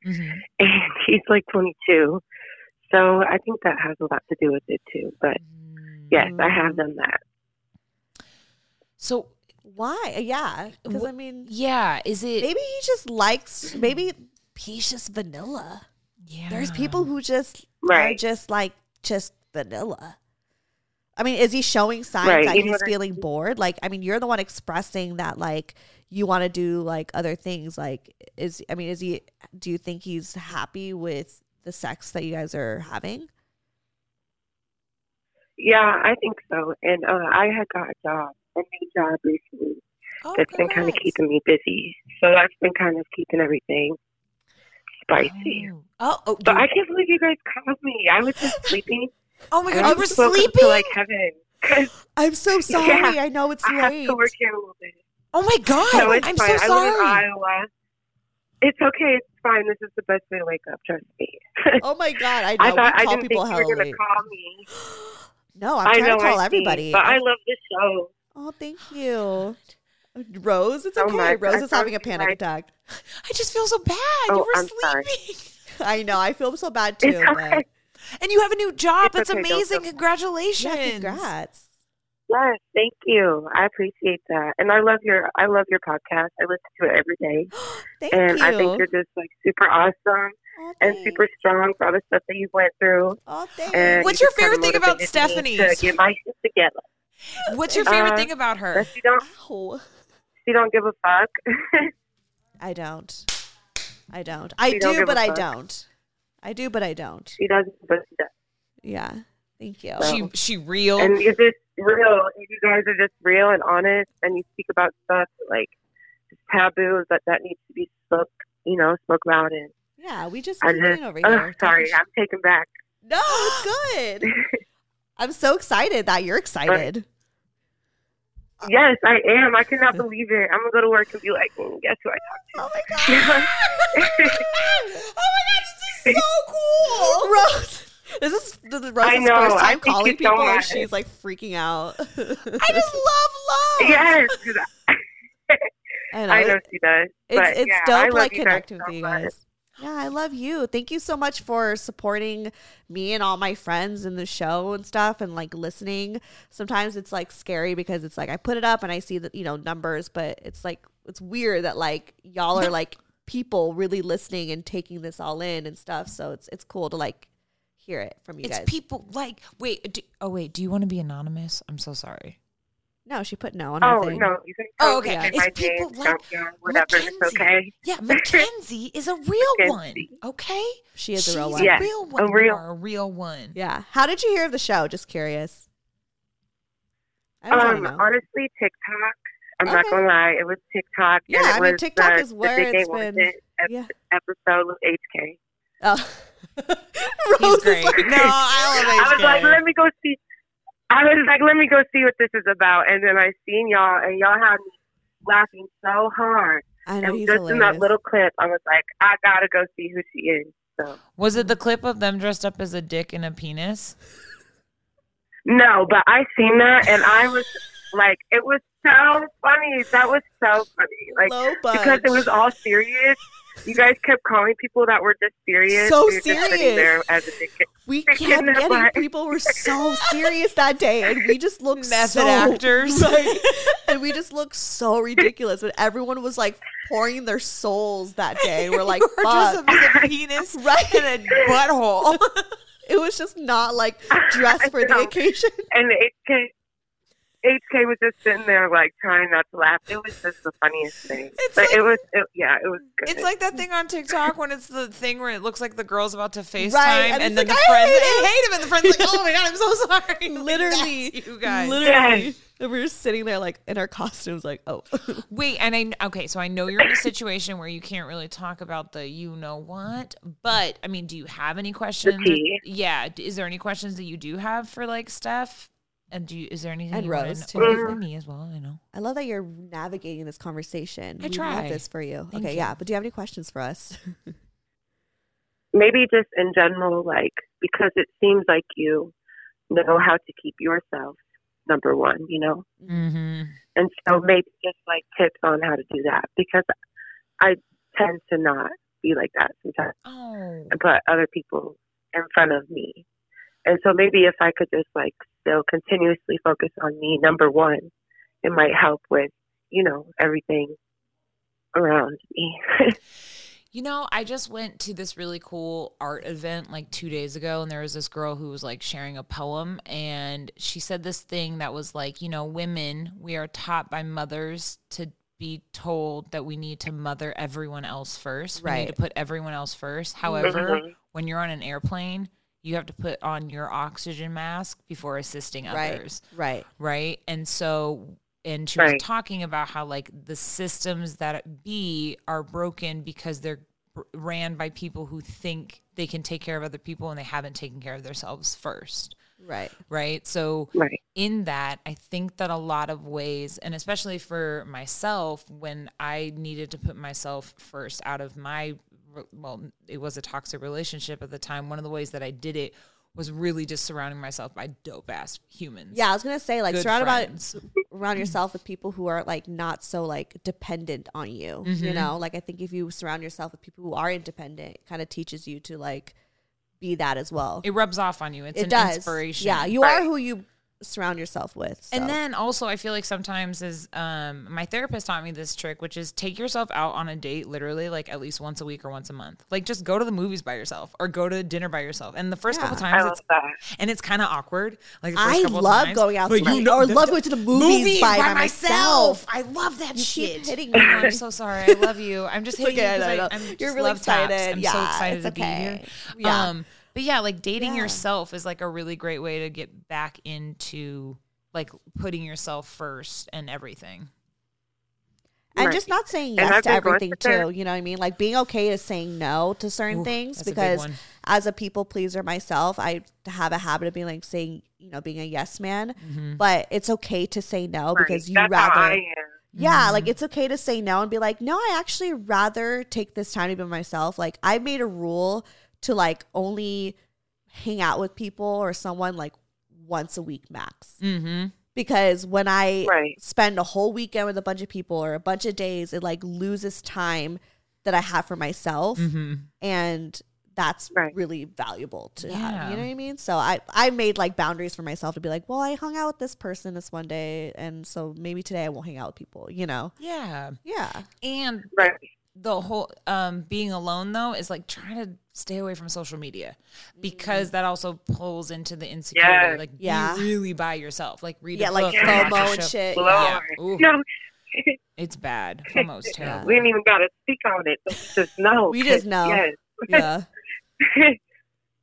Mm-hmm.
<laughs> and he's like 22. So I think that has a lot to do with it too. But yes, I
Mm.
have done that.
So
why? Yeah, because I mean,
yeah. Is it
maybe he just likes? Maybe he's just vanilla.
Yeah.
There's people who just are
Right.
just like just vanilla. I mean, is he showing signs
Right,
that
you know
he's
what I-
feeling bored? Like, I mean, you're the one expressing that, like, you want to do like other things. Like, is I mean, is he? Do you think he's happy with the sex that you guys are having?
Yeah, I think so. And uh, I had got a job, a new job recently
Oh,
that's been kind
Oh,
of keeping me busy. So that's been kind of keeping everything spicy.
Oh, oh
but I can't believe you guys called me. I was
<gasps>
just sleeping.
Oh my
I
god, you
was
were
just woke up to,
sleeping.
like heaven. <laughs> 'Cause
I'm so sorry.
<laughs> Yeah.
I know it's
I have
late.
to work here a little bit.
Oh my god,
No, it's
I'm
fine.
so
I live in
sorry.
Iowa. It's okay. It's fine. This is the best way to wake up. Trust me. <laughs>
Oh my god, I know.
I thought
we
I
call
didn't
people
think you
hella
were gonna
late.
call me.
No, I'm
I
trying
know,
to call
I see,
everybody.
but I love this show.
Oh, thank you. Rose, it's
So
okay.
much.
Rose
I
is having a
promise you
panic
guys-
attack. <laughs>
I just feel so bad.
Oh,
you were
I'm sorry.
sleeping. <laughs>
I know. I feel so bad too.
It's <laughs> okay.
And you have a new job.
It's
That's
okay, don't
amazing.
feel-
Congratulations.
But yeah, congrats.
Yes, thank you. I appreciate that, and I love your I love your podcast. I listen to it every
<gasps>
day,
Thank
and
you.
I think you're just like super awesome
Oh,
and super strong for all the stuff that you went through.
Oh, thank
And
What's
you
your
just kinda
favorite thing about
motivated me
Stephanie's?
To get my shit together.
What's your favorite
Uh,
thing about her?
That she don't
Ow.
she don't give a fuck. <laughs>
I don't. I don't. I
You don't
do,
give
but
a
I
fuck.
don't. I do, but I don't.
she doesn't, but she does.
Yeah. Thank you.
She she real.
and you're just real. and You guys are just real and honest, and you speak about stuff like taboos that that needs to be spoke, you know, spoke about. And
yeah, we just
I
keep being
just,
over
oh,
here. talking
sorry,
sh-
I'm taken back.
No, it's
<laughs>
good. I'm so excited that you're excited. Uh,
Yes, I am.
<laughs>
I cannot believe it. I'm gonna go to work and be like, "Mm, guess who I
Oh
<laughs> talked
my god. Oh
to?
so cool.
<laughs>
Rose. This is this is Rose's
I know,
first
I
time
think you
calling
so
people, and
much.
she's like freaking out. <laughs>
I just love love.
yes, 'cause I,
I know.
<laughs> I know she does.
It's
but
it's
yeah, I
dope
love
like
you guys
connecting
so
with you
much.
guys. Yeah, I love you. Thank you so much for supporting me and all my friends in the show and stuff and like listening. Sometimes it's like scary because it's like I put it up and I see the you know numbers, but it's like it's weird that like y'all are like people really listening and taking this all in and stuff. So it's it's cool to like hear it from you
It's
guys.
people like wait. Do, oh wait, do you want to be anonymous? I'm so sorry.
no, she put no on her
Oh
thing.
no, you can
Oh,
totally
okay.
say
It's
my
people
name,
like
Junkyard, whatever. It's
Mackenzie.
okay. <laughs>
Yeah, Mackenzie is a real
Mackenzie.
one. Okay,
She is a real
She's
one.
Yes,
real
a
one. You
real-
are a real one.
Yeah. How did you hear of the show? Just curious. I just wanna
Um,
know.
honestly, TikTok. I'm not
Okay.
gonna lie, it was TikTok.
Yeah,
and it
I mean,
was uh,
TikTok
the,
is where
the Big Gay
it's
Wanted
been-
ep-
yeah.
episode with HK.
<laughs> Oh.
He's
Rose is
great.
like,
no, I
I
love
was
HK.
like, let me go see. I was like, let me go see what this is about, and then I seen y'all, and y'all had me laughing so hard.
I know
And
he's
just in that
hilarious.
little clip, I was like, I gotta go see who she is. So
Was it the clip of them dressed up as a dick and a penis?
no, but I seen that, and
<laughs>
I was like, it was so funny. That was so funny, like
Low
because
budge.
it was all serious, you guys kept calling people that were just serious.
So
We were just sitting
serious.
there as a dick-
We
dick
kept
in the
getting
<laughs> butt.
people were so serious that day, and we just looked
Method
so, <laughs>
actors. <laughs>
right? and we just looked so ridiculous. But everyone was like pouring their souls
<laughs>
that day. We're like,
We're dressed
fuck,
up as a <laughs> penis
right?
and a butthole. <laughs>
<laughs> it was just not like dress for the
know.
occasion.
And HK, HK was just sitting there like trying not to laugh. It was just the funniest thing. but it was, it, yeah, it was good.
It's like that thing on TikTok when it's the thing where it looks like the girl's about to FaceTime
Right, and
and,
it's
then
like,
the
"I
friends
hate him."
<laughs> I hate him and the friend's like, Oh my god,
<laughs>
I'm so sorry. <laughs> Like,
Literally,
that's you guys.
literally. And we were sitting there like in our costumes, like, oh, <laughs>
Wait, and I okay, so I know you're in a situation where you can't really talk about the you know what, but I mean, do you have any questions?
tea.
Yeah, d- is there any questions that you do have for like Steph? And do you, is there anything
And
you wanna
Rose,
know-
too.
well, for me as well? I know.
I love that you're navigating this conversation. We
I
love
try.
this for you.
Thank
okay,
you.
yeah. But do you have any questions for us?
Maybe just in general, like, because it seems like you know how to keep yourself number one, you know?
Mm-hmm.
And so maybe just like tips on how to do that because I tend to not be like that sometimes.
Oh,
but other people in front of me. And so maybe if I could just like still continuously focus on me, number one, it might help with, you know, everything around me. <laughs>
You know, I just went to this really cool art event like two days ago, and there was this girl who was like sharing a poem, and she said this thing that was like, you know, women, we are taught by mothers to be told that we need to mother everyone else first. We need to
Right.
put everyone else first. However,
Mhm.
when you're on an airplane, you have to put on your oxygen mask before
<laughs>
assisting
Right.
others
right.
right? And so, and she
Right.
was talking about how like the systems that be are broken because they're r- ran by people who think they can take care of other people and they haven't taken care of themselves first,
Right.
right? So,
right.
in that, I think that a lot of ways, and especially for myself, when I needed to put myself first out of my, well, it was a toxic relationship at the time. One of the ways that I did it was really just surrounding myself by dope ass humans.
Yeah, I was gonna say like
Good
surround
friends.
about <coughs> surround yourself with people who are like not so like dependent on you. You
Mhm.
know, like I think if you surround yourself with people who are independent, it kind of teaches you to like be that as well.
it rubs off on you. It's an inspiration.
Yeah, you
Right.
are who you surround yourself with. so.
And then also, I feel like sometimes is um, my therapist taught me this trick, which is take yourself out on a date, literally like at least once a week or once a month. Like just go to the movies by yourself or go to dinner by yourself. And the first couple
Yeah.
I
times,
love
it's
that.
and it's kind of awkward. Like the first
I
couple
love
times,
going out
but
to
you
eat
know
or
the-
love going to the movies, by, by myself.
I love that
You
shit.
keep hitting
I
me.
<laughs> know, Oh
<laughs>
I'm so sorry. I love you. I'm just
It's
hitting
okay,
you
I know, I
because
know.
I'm just
You're really
love taps.
excited.
I'm so
Yeah,
excited
it's
to
okay.
be here.
Yeah.
Um, but yeah, like dating
Yeah.
yourself is like a really great way to get back into like putting yourself first and everything.
and
Right.
just not saying yes
And I've
to
been going
everything
to
too.
therapy.
You know what I mean? Like being okay to saying no to certain
Ooh,
things
that's a big
because
one.
as a people pleaser myself, I have a habit of being like saying, you know, being a yes man.
Mm-hmm.
But it's okay to say no Oh, because you
That's
rather.
how I am.
Yeah,
Mm-hmm.
like it's okay to say no and be like, no, I actually rather take this time to be myself. Like I made a rule to like only hang out with people or someone like once a week max.
Mm-hmm.
Because when I
Right.
spend a whole weekend with a bunch of people or a bunch of days, it like loses time that I have for myself.
Mm-hmm.
And that's
Right.
really valuable to have. You
Yeah.
know what I mean? So I, I made like boundaries for myself to be like, well, I hung out with this person this one day. And so maybe today I won't hang out with people, you know?
Yeah.
Yeah.
And
Right.
the whole um being alone though is like trying to stay away from social media because that also pulls into the insecurity
Yeah.
like
Mm. Yeah.
be really by yourself like read
Yeah,
a
like
book and watch a
FOMO and
show.
shit.
Lord.
yeah Ooh,
No,
it's bad
<laughs>
FOMO is terrible
we didn't even got to speak on it. But we just know.
We just know.
Yes.
Yeah.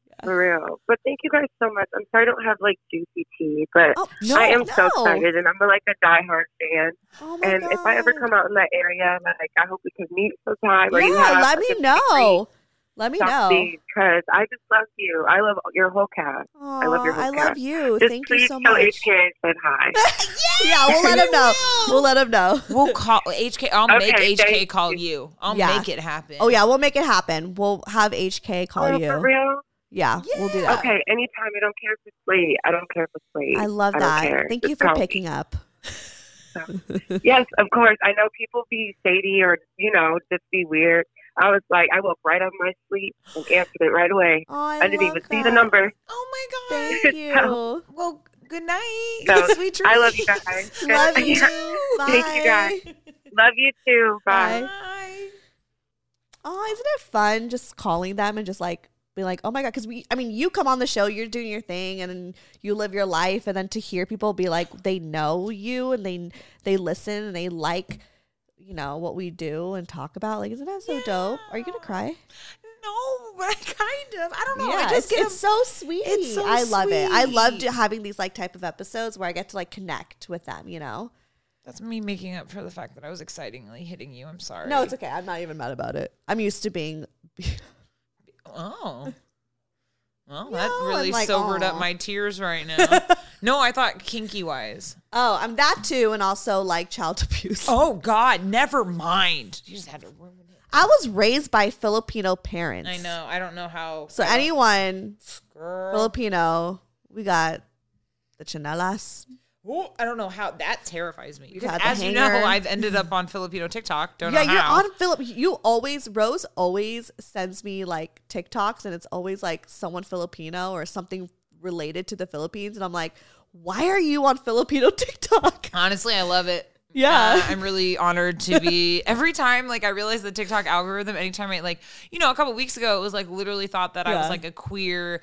<laughs> For real. But thank you guys so much. I'm sorry I don't have like juicy tea, but
Oh, no,
I am so
no.
excited and I'm like a diehard fan.
Oh my
and if I ever
God.
come out in that area, like I hope we can meet sometime. or you
yeah,
have
let
like,
me
a
know. Let me know.
because I just love you. I love your whole cast. I love your
Aw,
whole
I love
cast.
you.
Just
Oh, Thank you
please
so
tell
much.
HK I said
<laughs>
hi.
Yeah, we'll let
<laughs>
him know. We'll let him know.
we'll call HK I'll
Okay,
make HK
thank
call
you.
you I'll
Yeah.
make it happen
Oh yeah, we'll make it happen. We'll have HK call
Oh,
you.
For real?
Yeah, we'll do that.
Okay, anytime. I don't care if it's late. I don't care if it's late.
I love
don't
that.
care.
Thank
Just
you for
call me.
picking up. <laughs>
yes, of course. I know people be shady or you know just be weird I was like, I woke right out of my sleep and answered it right away.
Oh, I,
didn't
love
even see the
that.
number.
Oh
<laughs>
Thank you.
well, good night.
So,
Sweet
I love
<laughs>
you
dreams.
guys.
Love
<laughs>
you
Yeah.
too.
Thank you guys. Love you too. Bye.
Oh, isn't it fun just calling them and just like be like, oh my god, because we, I mean, you come on the show, you're doing your thing, and then you live your life, and then to hear people be like, they know you and they they listen and they like, you know, what we do and talk about. Like, isn't that so dope? Are you gonna cry?
No, but <laughs> I kind of. I don't know.
yeah,
I
it's,
just get
it's so sweet.
It's so
I love it. I love
sweet.
do- having these like type of episodes where I get to like connect with them. You know?
That's me making up for the fact that I was excitingly hitting you. I'm sorry.
No, it's okay. I'm not even mad about it. I'm used to being. <laughs>
Oh. Well,
No,
that really
I'm like,
sobered
aw.
up my
<laughs>
tears right now. no, I thought kinky wise.
Oh, I'm that too, and also like child abuse.
Oh God, never mind. You just had to ruin it.
I was raised by Filipino parents.
I know. I don't know how.
So
I don't-
anyone
Girl.
Filipino, we got the chanelas.
Ooh, I don't know how that terrifies me. Because
had the
as you know,
hanger.
I've ended up on Filipino TikTok. Don't
yeah,
know
you're
how.
on Philip. You always Rose always sends me like TikToks, and it's always like someone Filipino or something related to the Philippines, and I'm like, why are you on Filipino <laughs> TikTok?
Honestly, I love it.
Yeah.
Uh, I'm really honored to be <laughs> every time like I realize the TikTok algorithm anytime I like you know a couple weeks ago it was like literally thought that I
Yeah.
was like a queer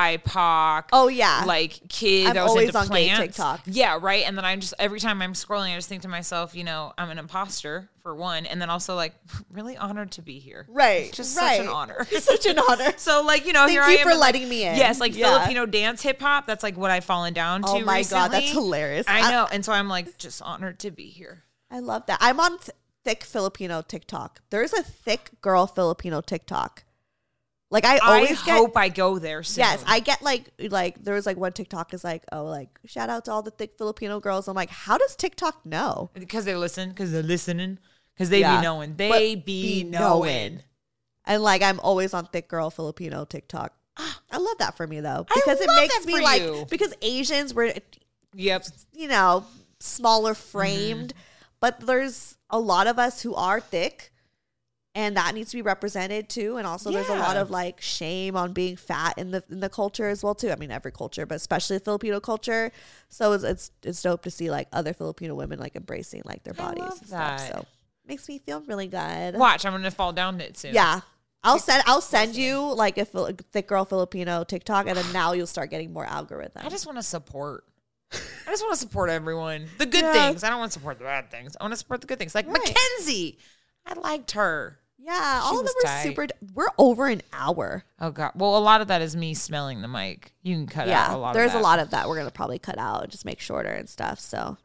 BIPOC
Oh yeah,
like kid
I'm
that was
always
into
on gay
plants.
TikTok.
Yeah, right. And then I'm just every time I'm scrolling, I just think to myself, you know, I'm an imposter for one, and then also like <laughs> really honored to be here.
Right,
Just such
right.
an honor.
<laughs> such an honor.
<laughs> So like you know,
Thank
here
you
I am
for
and, like,
letting me in.
Yes, like
Yeah.
Filipino dance hip hop. That's like what I've fallen down to.
Oh my God, that's
recently.
hilarious. I-
I know, and so I'm like just honored to be here.
I love that. I'm on th- thick Filipino TikTok. There's a thick girl Filipino TikTok. Like I
I
always get-
hope I go there soon.
Yes, I get like like there was like one TikTok is like oh like shout out to all the thick Filipino girls. I'm like, how does TikTok know?
because they listen, because they're listening, because they
Yeah.
be knowing, they
But
be, knowing.
And like I'm always on thick girl Filipino Tiktok. Ah, I love that for me though
I
because it
love
makes
that
me
for
like
you.
because Asians were
Yep.
you know smaller framed,
Mm-hmm.
but there's a lot of us who are thick. And that needs to be represented too. And also, there's a lot
Yeah.
of like shame on being fat in the in the culture as well too. I mean, every culture, but especially the Filipino culture. So it's it's, it's dope to see like other Filipino women like embracing like their bodies
love
and stuff.
that.
So makes me feel really good.
Watch, I'm gonna fall down it soon.
Yeah. I'll send I'll send you like a Fil- thick girl Filipino TikTok, and then now you'll start getting more algorithms.
I just want to support. I just want to support everyone. The good
Yeah.
things. I don't want to support the bad things. I want to support the good things. Like Mackenzie, I liked her.
yeah,
She
all of them
was
were
tight.
super. We're over an hour.
Oh god. Well, a lot of that is me smelling the mic. You can cut out
yeah,
a lot.
there's
of that.
a lot of that we're gonna probably cut out, and just make shorter and stuff. So,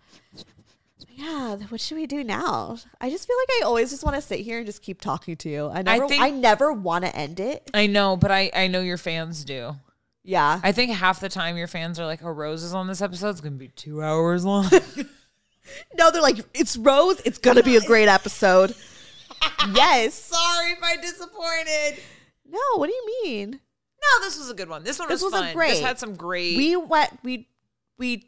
yeah, th- what should we do now? I just feel like I always just want to sit here and just keep talking to you. I never, I,
think-
never want to end it.
I know, but I I know your fans do.
Yeah,
I think half the time your fans are like, "Oh, Rose is on this episode. It's gonna be two hours long." <laughs>
no, they're like, it's Rose. It's gonna be a great episode. <laughs> yes.
Sorry if I disappointed.
No, what do you mean?
No, this was a good one. This one
This
was,
was a
fun.
great-
This had some great.
we went we we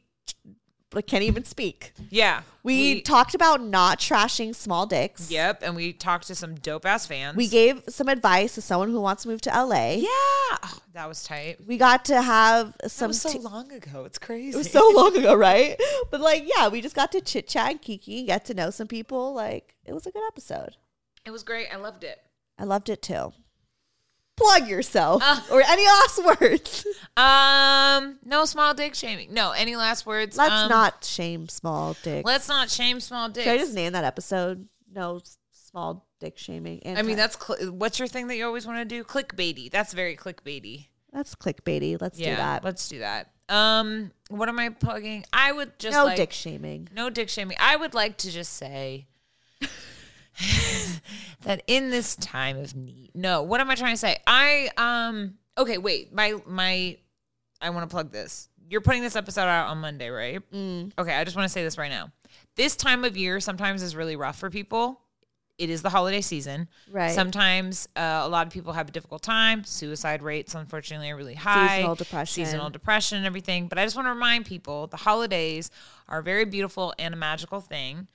I can't even speak
yeah.
we, talked about not trashing small dicks
Yep, and we talked to some dope ass fans.
we gave some advice to someone who wants to move to la
Yeah, oh, that was tight.
we got to have
That
some
was so
t-
long ago. It's crazy.
it was so
<laughs>
long ago right but like yeah we just got to chit chat and kiki and get to know some people like it was a good episode
It was great. I loved it.
i loved it too plug yourself
Uh.
or any last
<laughs>
words
Um, no small dick shaming. No, any last words?
let's
Um,
not shame small dicks
Let's not shame small dicks.
should i just name that episode no s- small dick shaming
I mean,
Anti-
that's cl- what's your thing that you always want to do? Clickbaity. That's very clickbaity.
That's clickbaity. Let's do that.
Let's do that. Um, what am I plugging? I would just
no
like,
dick shaming.
No dick shaming. I would like to just say <laughs> that in this time of need. No, what am I trying to say? I um okay, wait. My my I want to plug this. You're putting this episode out on Monday, right? Okay, I just want to say this right now. This time of year sometimes is really rough for people. It is the holiday season.
Right.
Sometimes uh, a lot of people have a difficult time. Suicide rates, unfortunately, are really high.
Seasonal depression.
Seasonal depression and everything. But I just want to remind people the holidays are a very beautiful and a magical thing.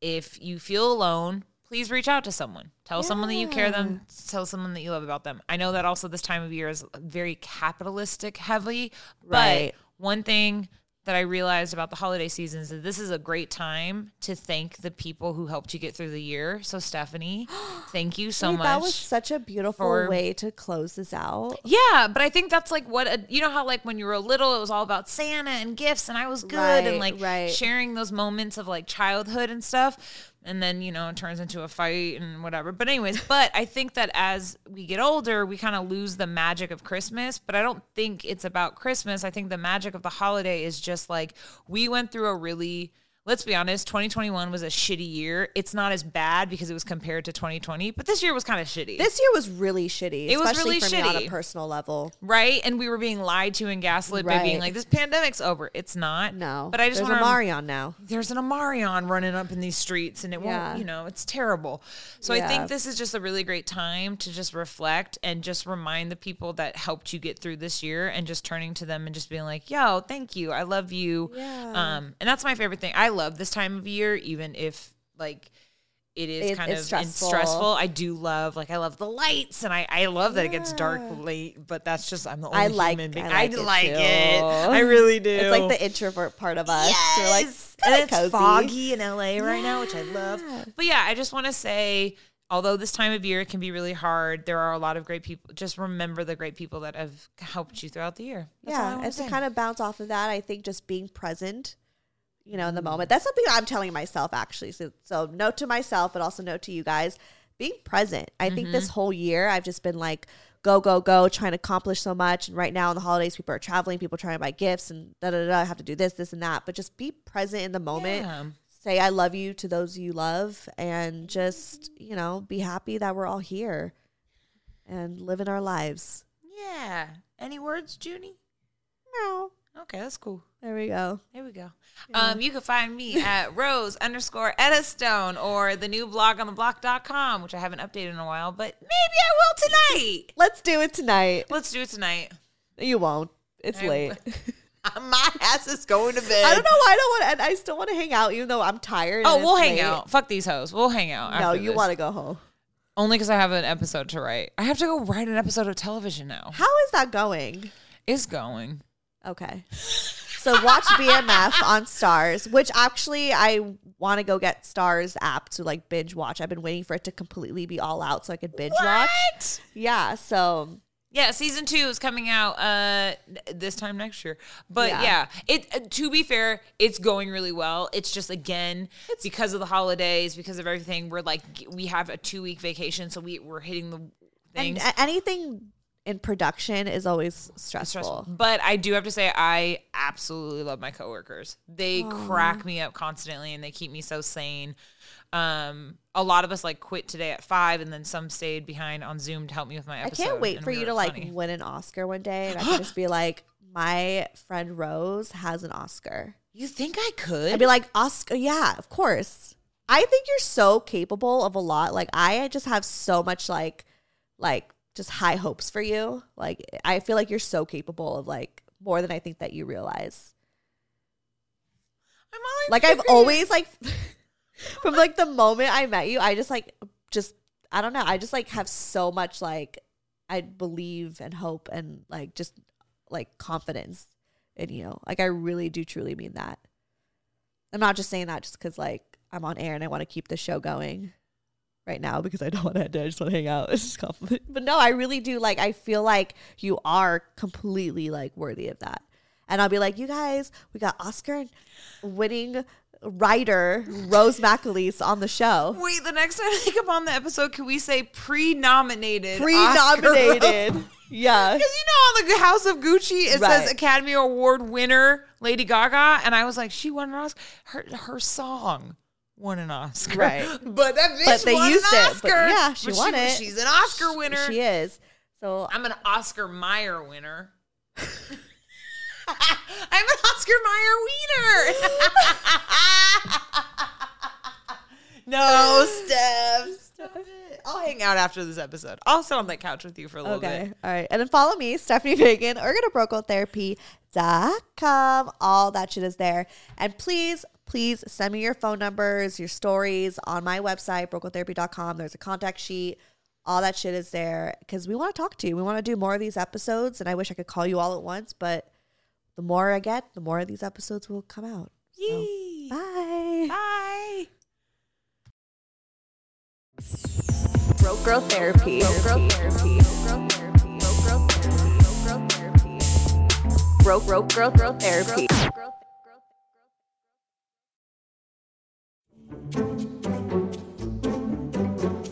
If you feel alone, please reach out to someone. Tell someone that you care them. Tell someone that you love about them. I know that also this time of year is very capitalistic heavy,
Right.
but one thing that I realized about the holiday season is that this is a great time to thank the people who helped you get through the year.
<gasps>
So Stephanie, thank you so
Wait,
much.
That was such a beautiful
for-
way to close this out.
Yeah, but I think that's like what a, you know how like when you were little, it was all about Santa and gifts, and I was good and
Right,
like
right.
sharing those moments of like childhood and stuff, and then you know it turns into a fight and whatever. But anyways, <laughs> but I think that as we get older, we kind of lose the magic of Christmas. But I don't think it's about Christmas. I think the magic of the holiday is just like we went through a really let's be honest 2021 was a shitty year it's not as bad because it was compared to 2020 but this year was kind of shitty
This year was really shitty.
It was
especially
really
for me on a
shitty.
personal level.
right? And we were being lied to and gaslit by being
Right.
like, "This pandemic's over." It's not.
No,
But I just
there's
want
a Marion now.
There's an Amarion running up in these streets, and it
Yeah.
won't. You know, it's terrible. So I
Yeah.
think this is just a really great time to just reflect and just remind the people that helped you get through this year, and just turning to them and just being like, "Yo, thank you. I love you."
Yeah.
Um, and that's my favorite thing. I love this time of year, even if like. It is
It-
kind
it's
of
stressful.
stressful. stressful. I do love, like, I love the lights, and I, I love that it gets dark late. But that's just I'm the only
I like,
human
I
being.
like.
I like
too.
it. I really do.
<laughs> It's like the introvert part of us. We're like,
and
kinda
it's
cozy.
foggy in LA right now, which I love. But yeah, I just want to say, although this time of year can be really hard, there are a lot of great people. Just remember the great people that have helped you throughout the year. That's all I
yeah,
wanna
and to
say.
kind of bounce off of that, I think just being present, you know, in the
Mm-hmm.
moment. That's something I'm telling myself actually. So, so note to myself, but also note to you guys, being present. I think
Mm-hmm.
this whole year I've just been like go go go, trying to accomplish so much. And right now in the holidays, people are traveling, people are trying to buy gifts, and da da da. da, I have to do this, this, and that. But just be present in the moment.
Yeah.
Say I love you to those you love, and just you know, be happy that we're all here and living our lives.
Yeah. Any words, Junie?
No.
Okay, that's cool.
There we go.
There we go. Um, you can find
<laughs>
me at rose underscore Eddistone or the new blog on the block.com, which I haven't updated in a while, but maybe I will tonight.
Let's do it tonight.
Let's do it tonight.
You won't. It's <laughs>
I-
late.
<laughs> My ass is going to bed.
I don't know why I don't want to, and I still want to hang out even though I'm tired.
Oh,
and
we'll
it's
hang
late.
out. Fuck these hoes. We'll hang out.
No, you want
want
to go home.
Only because I have an episode to write. I have to go write an episode of television now.
How is that going?
It's going.
Okay. So watch
<laughs>
BMF on Stars, which actually I want to go get Stars app to like binge watch. I've been waiting for it to completely be all out so I could binge watch. Yeah. So
Yeah, season two is coming out uh this time next year. But
Yeah.
yeah, it uh, to be fair, it's going really well. It's just again because of the holidays, because of everything. We're like g- we have a two week vacation, so we we're hitting the
and
things.
a- anything in production is always
stressful.
stressful.
But I do have to say, I absolutely love my coworkers. They crack me up constantly, and they keep me so sane. Um, a lot of us like quit today at five, and then some stayed behind on Zoom to help me with my
I
episode.
can't wait
and
for
we
you
were
to like
funny.
win an Oscar one day, and I can just
<gasps>
be like, my friend Rose has an Oscar.
You think I could?
I'd be like, Oscar, yeah, of course. I think you're so capable of a lot. Like I just have so much like like just high hopes for you. Like I feel like you're so capable of like more than I think that you realize.
I'm all
Like I've always like <laughs> from like the moment I met you, I just like just I don't know, I just like have so much like I believe and hope and like just like confidence in you. Like I really do truly mean that. I'm not just saying that just cuz like I'm on air and I want to keep the show going right now because I don't want to end it. I just want to hang out. <laughs> It's just a compliment. But no, I really do like I feel like you are completely like worthy of that. And I'll be like, you guys, we got Oscar winning writer Rose McAleese on the show.
Wait, the next time they come on the episode, can we say pre-nominated? <laughs>
Pre-nominated.
Because
Yeah.
<laughs> you know on the House of Gucci, it
Right.
says Academy Award winner Lady Gaga, and I was like, she won an Oscar. Her her song won an Oscar,
Right.
But that bitch
But they
won
used
an
it.
Oscar.
But yeah, she
But
won it.
She's an Oscar winner.
She is. So
I'm an Oscar Meyer winner. <laughs> I'm an Oscar Meyer wiener. <laughs> no, Steph. Stop it. I'll hang out after this episode. I'll sit on that couch with you for a little
Okay.
bit.
All right. And then follow me, Stephanie Fagan, or go to brocotherapy.com. All that shit is there. And please, please send me your phone numbers, your stories on my website, brocotherapy.com. There's a contact sheet. All that shit is there because we want to talk to you. We want to do more of these episodes, and I wish I could call you all at once, but the more I get, the more of these episodes will come out.
Yee.
Bye.
Bye.
Broke girl therapy. Broke girl therapy. Broke girl therapy. Broke girl therapy.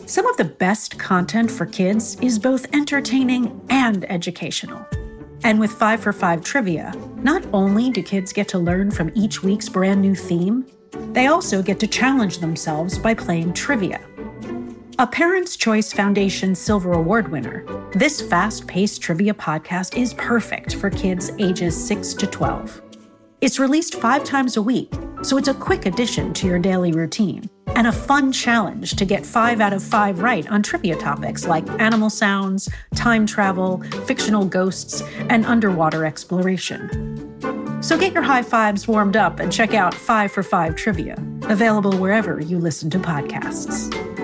Some of the best content for kids is both entertaining and educational. And with 5 for 5 trivia, not only do kids get to learn from each week's brand new theme, they also get to challenge themselves by playing trivia. A Parents' Choice Foundation Silver Award winner, this fast paced trivia podcast is perfect for kids ages 6 to 12. It's released five times a week, so it's a quick addition to your daily routine and a fun challenge to get five out of five right on trivia topics like animal sounds, time travel, fictional ghosts, and underwater exploration. So get your high fives warmed up and check out Five for Five Trivia, available wherever you listen to podcasts.